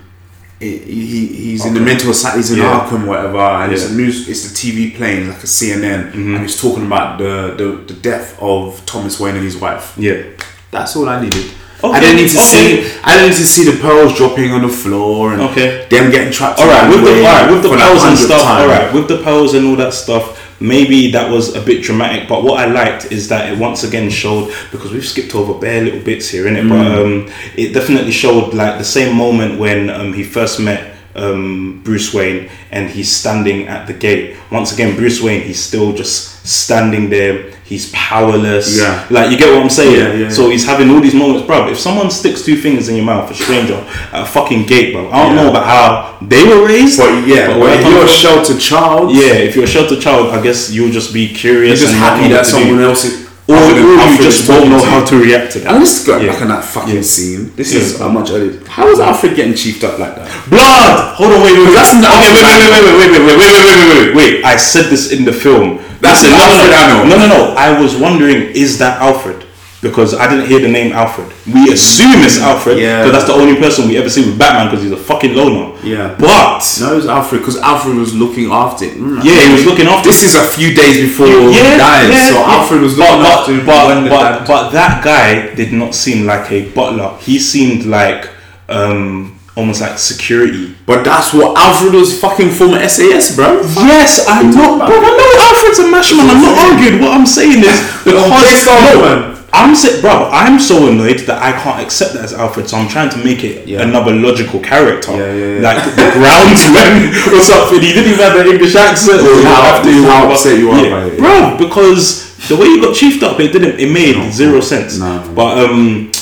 He, he, he's in the mental asylum. He's in
Yeah.
Arkham, whatever, and it's
Yeah. Mm-hmm.
a news. It's the TV playing like a CNN, and he's talking about the, the the death of Thomas Wayne and his wife.
yeah.
That's all I needed. I
Okay,
didn't need to
okay.
see. I didn't need to see the pearls dropping on the floor and
Okay.
them getting trapped.
All right,
around
with the
way
all right, with the
for like
pearls and
100
stuff.
times.
All right, with the pearls and all that stuff. Maybe that was a bit dramatic, but what I liked is that it once again showed because we've skipped over bare little bits here, innit? But
Mm.
um, it definitely showed like the same moment when um, he first met um, Bruce Wayne and he's standing at the gate. Once again, Bruce Wayne, he's still just standing there. He's powerless.
Yeah.
Like you get what I'm saying.
Yeah, yeah,
so he's having all these moments, bro. If someone sticks two fingers in your mouth, a stranger, at a fucking gate, bro. I don't
Yeah.
know about how they were raised.
But yeah,
But
but
when
if
I
you're a
come-
sheltered child,
yeah, if you're a sheltered child, I guess you'll just be
you're
curious.
just
and not
happy
know
that
what to do.
someone else is.
Or,
other than-
or
other
you
than
just
talking
won't know
to
how
you.
to react to that.
And let's go
Yeah.
back on that fucking
Yeah.
scene. This
Yeah.
is how much earlier. How was Alfred getting chiefed up like that?
Blood! Hold on, wait, wait, wait.
That's not-
okay, wait, wait, wait, wait, wait, wait, wait, wait, wait, wait, wait, wait. I said this in the film.
That's
Listen,
an Alfred I know.
no, no, no. I was wondering, is that Alfred? Because I didn't hear the name Alfred. We assume it's Alfred
Yeah.
because that's the only person we ever see with Batman because he's a fucking loner.
Yeah.
But
No, it was Alfred because Alfred was looking after it. Mm.
yeah, he was looking after.
This is a few days before he
yeah,
died,
yeah,
so
yeah.
Alfred was
but,
looking
but,
after him when
but,
the
but,
dad-
but that guy did not seem like a butler. He seemed like um, almost like security.
But that's what Alfred was fucking former SAS, bro.
Yes, I'm not. Bro, I know Alfred's a mashman. I'm not arguing. What I'm saying is because
Based on
no,
what?
I'm say, bro, I'm so annoyed that I can't accept that as Alfred. So I'm trying to make it
Yeah.
another logical character,
Yeah, yeah, yeah.
like the groundsman or something. He didn't even have an English accent.
Well, how- how upset you are by it.
bro? Because the way you got chiefed up, it didn't. It made zero sense.
no.
But um,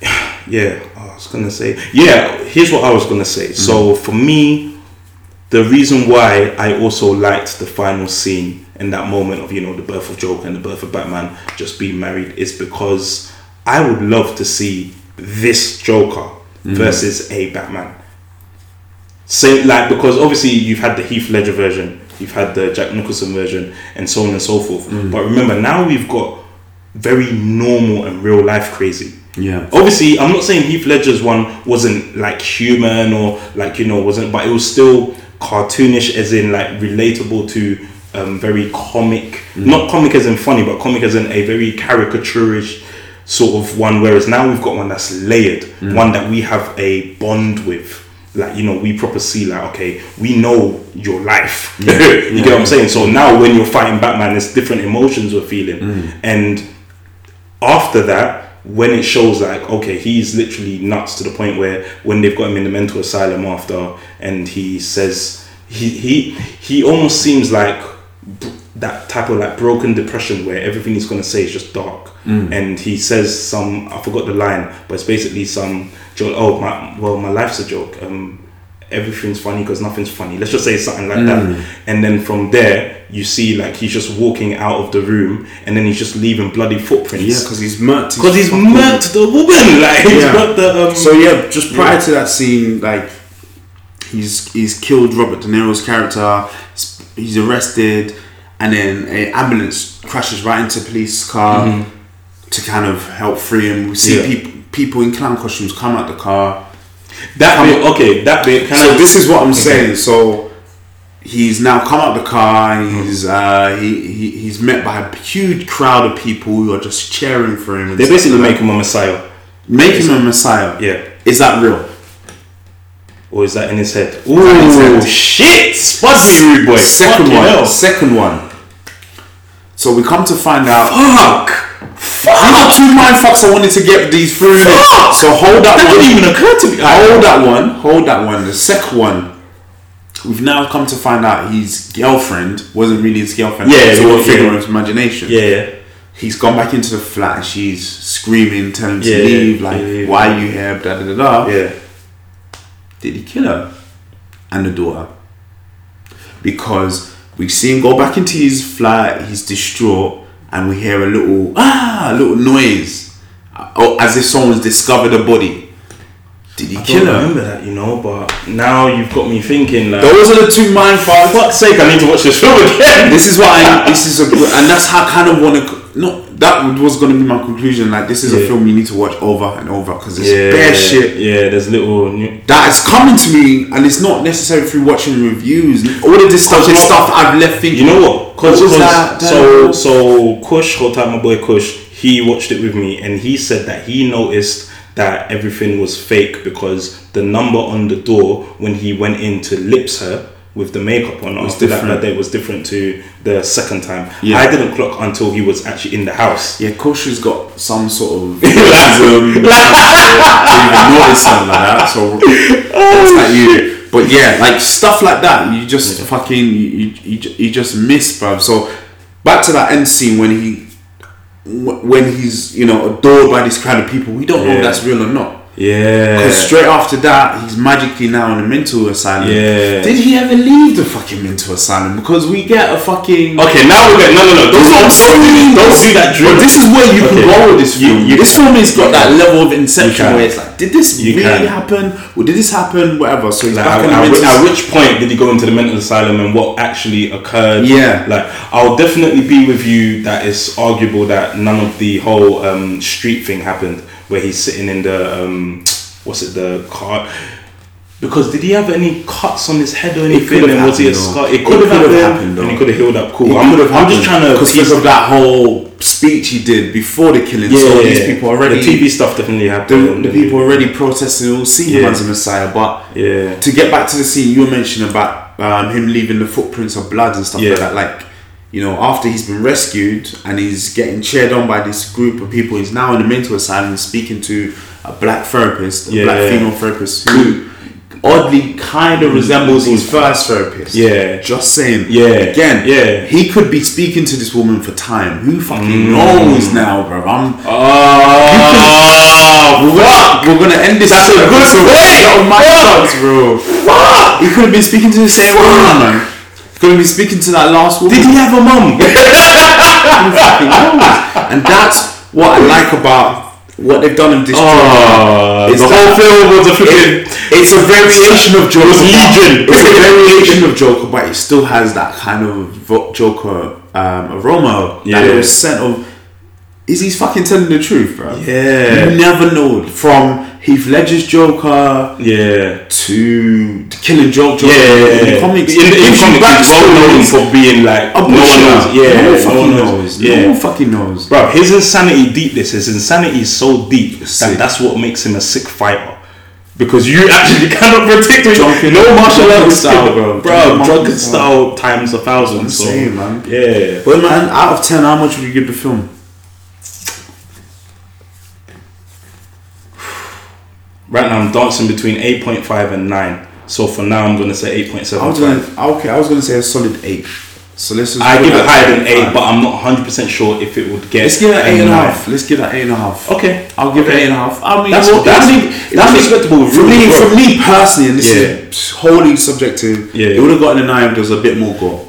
yeah, I was gonna say yeah. Here's what I was gonna say. So
Mm-hmm.
for me, the reason why I also liked the final scene in that moment of you know the birth of Joker and the birth of Batman just being married is because I would love to see this Joker versus a Batman. Same like because obviously you've had the Heath Ledger version, you've had the Jack Nicholson version, and so on and so forth. But remember now we've got very normal and real life crazy.
Yeah.
Obviously, I'm not saying Heath Ledger's one wasn't like human or like you know wasn't, but it was still cartoonish, as in like relatable to um, very comic, not comic as in funny, but comic as in a very caricaturish sort of one. Whereas now we've got one that's layered, one that we have a bond with. Like you know, we proper see like okay, we know your life. you get what I'm saying? So now when you're fighting Batman, it's different emotions we're feeling, and after that when it shows like okay he's literally nuts to the point where when they've got him in the mental asylum after and he says he he he almost seems like b- that type of like broken depression where everything he's going to say is just dark and he says some i forgot the line but it's basically some joke oh my well my life's a joke um everything's funny because nothing's funny let's just say something like that and then from there you see like he's just walking out of the room and then he's just leaving bloody footprints
Yeah, because he's murked.
because he's
fucking-
murked the woman. Like he's got the um,
so yeah, just prior to that scene, like he's he's killed Robert De Niro's character. He's, he's arrested, and then an ambulance crashes right into a police car to kind of help free him. We see
Mm-hmm. Yeah.
people people in clown costumes come out the car.
that bit. Okay, that bit. Can
So
I,
this is what I'm saying. So he's now come out the car.
Mm-hmm.
and He's uh, he, he he's met by a huge crowd of people who are just cheering for him. and
they basically
stuff like
make him a messiah,
that. make him a messiah.
Yeah.
is that real?
or is that in his head?
in his
Ooh,
head.
shit! Spud me, rude boy.
Second
Fucking
one.
hell.
Second one. So we come to find out.
Fuck!
I got two mind fucks I wanted to get these through.
Fuck!
So hold that,
That
one.
didn't even occur to me.
Hold that one. Hold that one. The second one. We've now come to find out his girlfriend wasn't really his girlfriend.
Yeah,
it was all
yeah,
a figure
yeah.
of his imagination.
Yeah.
He's gone back into the flat and she's screaming, telling him
Yeah,
to leave, like,
yeah, yeah.
why are you here? Da da da da.
Yeah.
Did he kill her? And the daughter. Because we see him go back into his flat, he's distraught, and we hear a little ah a little noise. Oh, as if someone's discovered a body. Did he
Don't
kill her?
remember that, you know, but now you've got me thinking like
Those are the two mind fucks.
fuck's sake, I need to watch this film again.
This is what I this is a gr- and that's how I kind of want to no that was gonna be my conclusion. Like this is a
Yeah.
film you need to watch over and over because it's
yeah,
bare shit.
Yeah, there's little new
that is coming to me, and it's not necessarily through watching reviews. All of this stuff
Cause
is
what-
stuff I've left thinking.
You know what? Cause,
What was
'cause-
that?
so so Kush, whole time my boy Kush, he watched it with me and he said that he noticed that everything was fake because the number on the door when he went in to lips her with the makeup on after that,
different.
that day was different to the second time.
Yeah.
I didn't clock until he was actually in the house.
Yeah, Kosher's got some sort of autism. Don't even notice something like that. So that's like you. But yeah, like stuff like that, you just fucking you, you, you, ju- you just miss, bruv. So back to that end scene when he wh- when he's you know adored by these kind of people. We don't know
Yeah.
if that's real or not.
Yeah.
Because straight after that, he's magically now in a mental asylum.
Yeah.
Did he ever leave the fucking mental asylum? Because we get a fucking.
Okay, now we're going. No, no, no. Don't,
This is
don't,
what I'm saying.
don't, don't do that drill.
But this is where you
Okay.
can roll with this
You-
film.
you
this
can.
film has got that level of inception
can.
where it's like, did this
You
really
can.
happen? Or did this happen? Whatever. So he's
Like,
back
at,
in the
at which,
mental-
at which point did he go into the mental asylum and what actually occurred?
Yeah.
Like, I'll definitely be with you that it's arguable that none of the whole um, street thing happened where he's sitting in the, um, what's it, the car. Because did he have any cuts on his head or anything?
could've
And was he a
happened, though.
scar?
It
It could
could've
have happened.
happened, though.
and he could have healed up. Cool.
It
I'm,
could've
I'm just trying
happened,
to.
because
tease-
of that whole speech he did before the killing.
yeah,
so
yeah,
these
yeah.
people already
The TV stuff definitely
the,
happened.
the people already protesting all seeing him
Yeah.
as a messiah but
Yeah.
to get back to the scene you were mentioning about um, him leaving the footprints of blood and stuff
Yeah.
like that like you know after he's been rescued and he's getting cheered on by this group of people he's now in a mental asylum speaking to a black therapist a
Yeah. Mm.
black female therapist who oddly kind of resembles his first therapist
Yeah.
just saying
Yeah.
again
Yeah. Mm.
he could be speaking to this woman for time who fucking knows now bro I'm
Oh,
we're gonna, we're gonna end this.
That's a good
episode.
way.
Oh my
Fuck.
god, bro.
fuck!
You could have been speaking to the same
Fuck.
woman, man. You could have been speaking to that last woman.
Did he have a mum?
Who fucking knows? And that's what I like about what they've done in this.
Oh,
It's
the whole
that-
film was a
It-
flipping.
it's a variation of Joker.
was Legion.
It's a variation of Joker, but it still has that kind of vo- Joker um, aroma,
Yeah.
that little scent of. Is he's fucking telling the truth, bro?
Yeah.
You never know. From Heath Ledger's Joker
Yeah.
to the Killing Joke Joker
Yeah.
in the comics,
in,
it
in
gives you
comics, he's well known
backstories.
for being like
A
no one
bullshit.
knows. Yeah,
Oh, no one
no
fucking
one
knows.
Yeah.
No one fucking knows.
Bro, his insanity deepness, his insanity is so deep
Sick.
that that's what makes him a sick fighter. Because you actually cannot predict it.
Drunken-
no martial
drunken
arts
style,
skill.
bro.
Bro,
Drunken
drunken
style.
style times a thousand. so,
saying, man.
Yeah.
But man, out of ten, how much would you give the film?
Right now I'm dancing between 8.5 and 9. So for now I'm gonna say 8.7.
I was gonna okay, I was gonna say a solid eight. So let's just
I
put
give
that
it higher than
at
eight,
five.
but I'm not 100% sure if it would get.
let's give it
a
eight and a
nine.
half. Let's give that eight and a half.
Okay.
I'll give it
Okay.
eight and a half. I mean,
That's-
well,
that's-
I mean, it
that's
was-
respectable.
For me,
Really,
for
bro.
me personally, and this
Yeah.
is wholly subjective.
Yeah.
It would have gotten a nine if there was a bit more gore.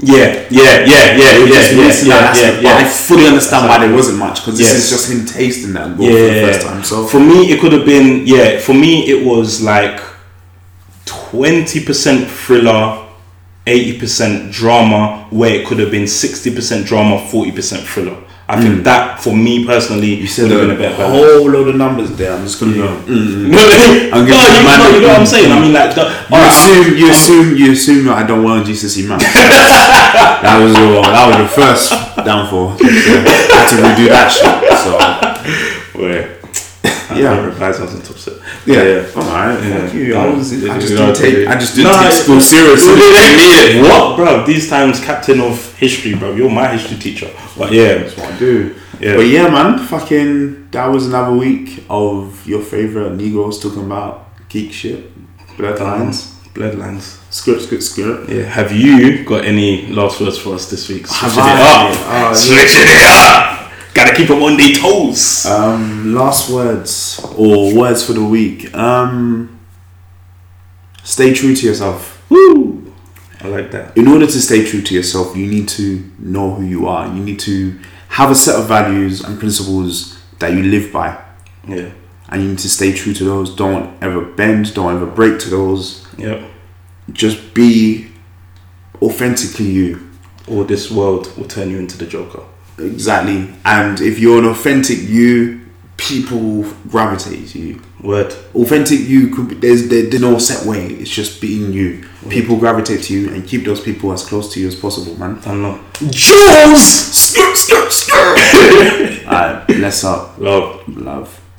Yeah, yeah, yeah, yeah,
It
yeah,
was
yeah,
just missing that
yeah, yeah,
aspect, But I fully understand why there wasn't much because this
Yes.
is just him tasting that gore
yeah.
for the first time. So
for me, it could have been yeah. For me, it was like twenty percent thriller, eighty percent drama, where it could have been sixty percent drama, forty percent thriller. I think that for me personally, you
Hmm. said
would have
a
been a better balance.
whole load of numbers there. I'm just gonna go. Mm.
No, no,
I'm giving
no,
you
you
mine.
know, you know what I'm saying. I mean, like, the,
You
alright, I'm-
assume, you assume, you assume that I don't want GCSE maths. that was all. That was the first downfall. So, I had to redo that shit. So
Where?
Yeah.
I don't reply to us on top set.
Yeah. Oh,
yeah.
All right.
Yeah.
Fuck you.
Yeah.
I, was,
Yeah,
I just
you
didn't
know,
take.
yeah.
I just didn't
Nah,
take school seriously.
you did it.
I needed
What, bro? These times, captain of history, bro. You're my history teacher. But yeah,
That's what I do.
Yeah.
But yeah, man, fucking, that was another week of your favorite Negroes talking about geek shit, bloodlines,
Mm-hmm. bloodlines.
skirt, skirt, skirt.
Yeah. Have you got any last words for us this week? Switching
I?
it up.
Oh, yeah.
Switching it up. Gotta keep them on their toes.
Um, last words or words for the week. Um, stay true to yourself.
Woo. I like that.
In order to stay true to yourself, you need to know who you are. You need to have a set of values and principles that you live by.
Yeah.
And you need to stay true to those. Don't ever bend, don't ever break to those.
Yep.
Just be authentically you.
Or this world will turn you into the Joker.
Exactly. And if you're an authentic you, people gravitate to you.
Word.
authentic you could be, there's there, there's no set way it's just being you people gravitate to you and keep those people as close to you as possible man
I know.
jules skirt skirt skirt all right bless up
Love.
love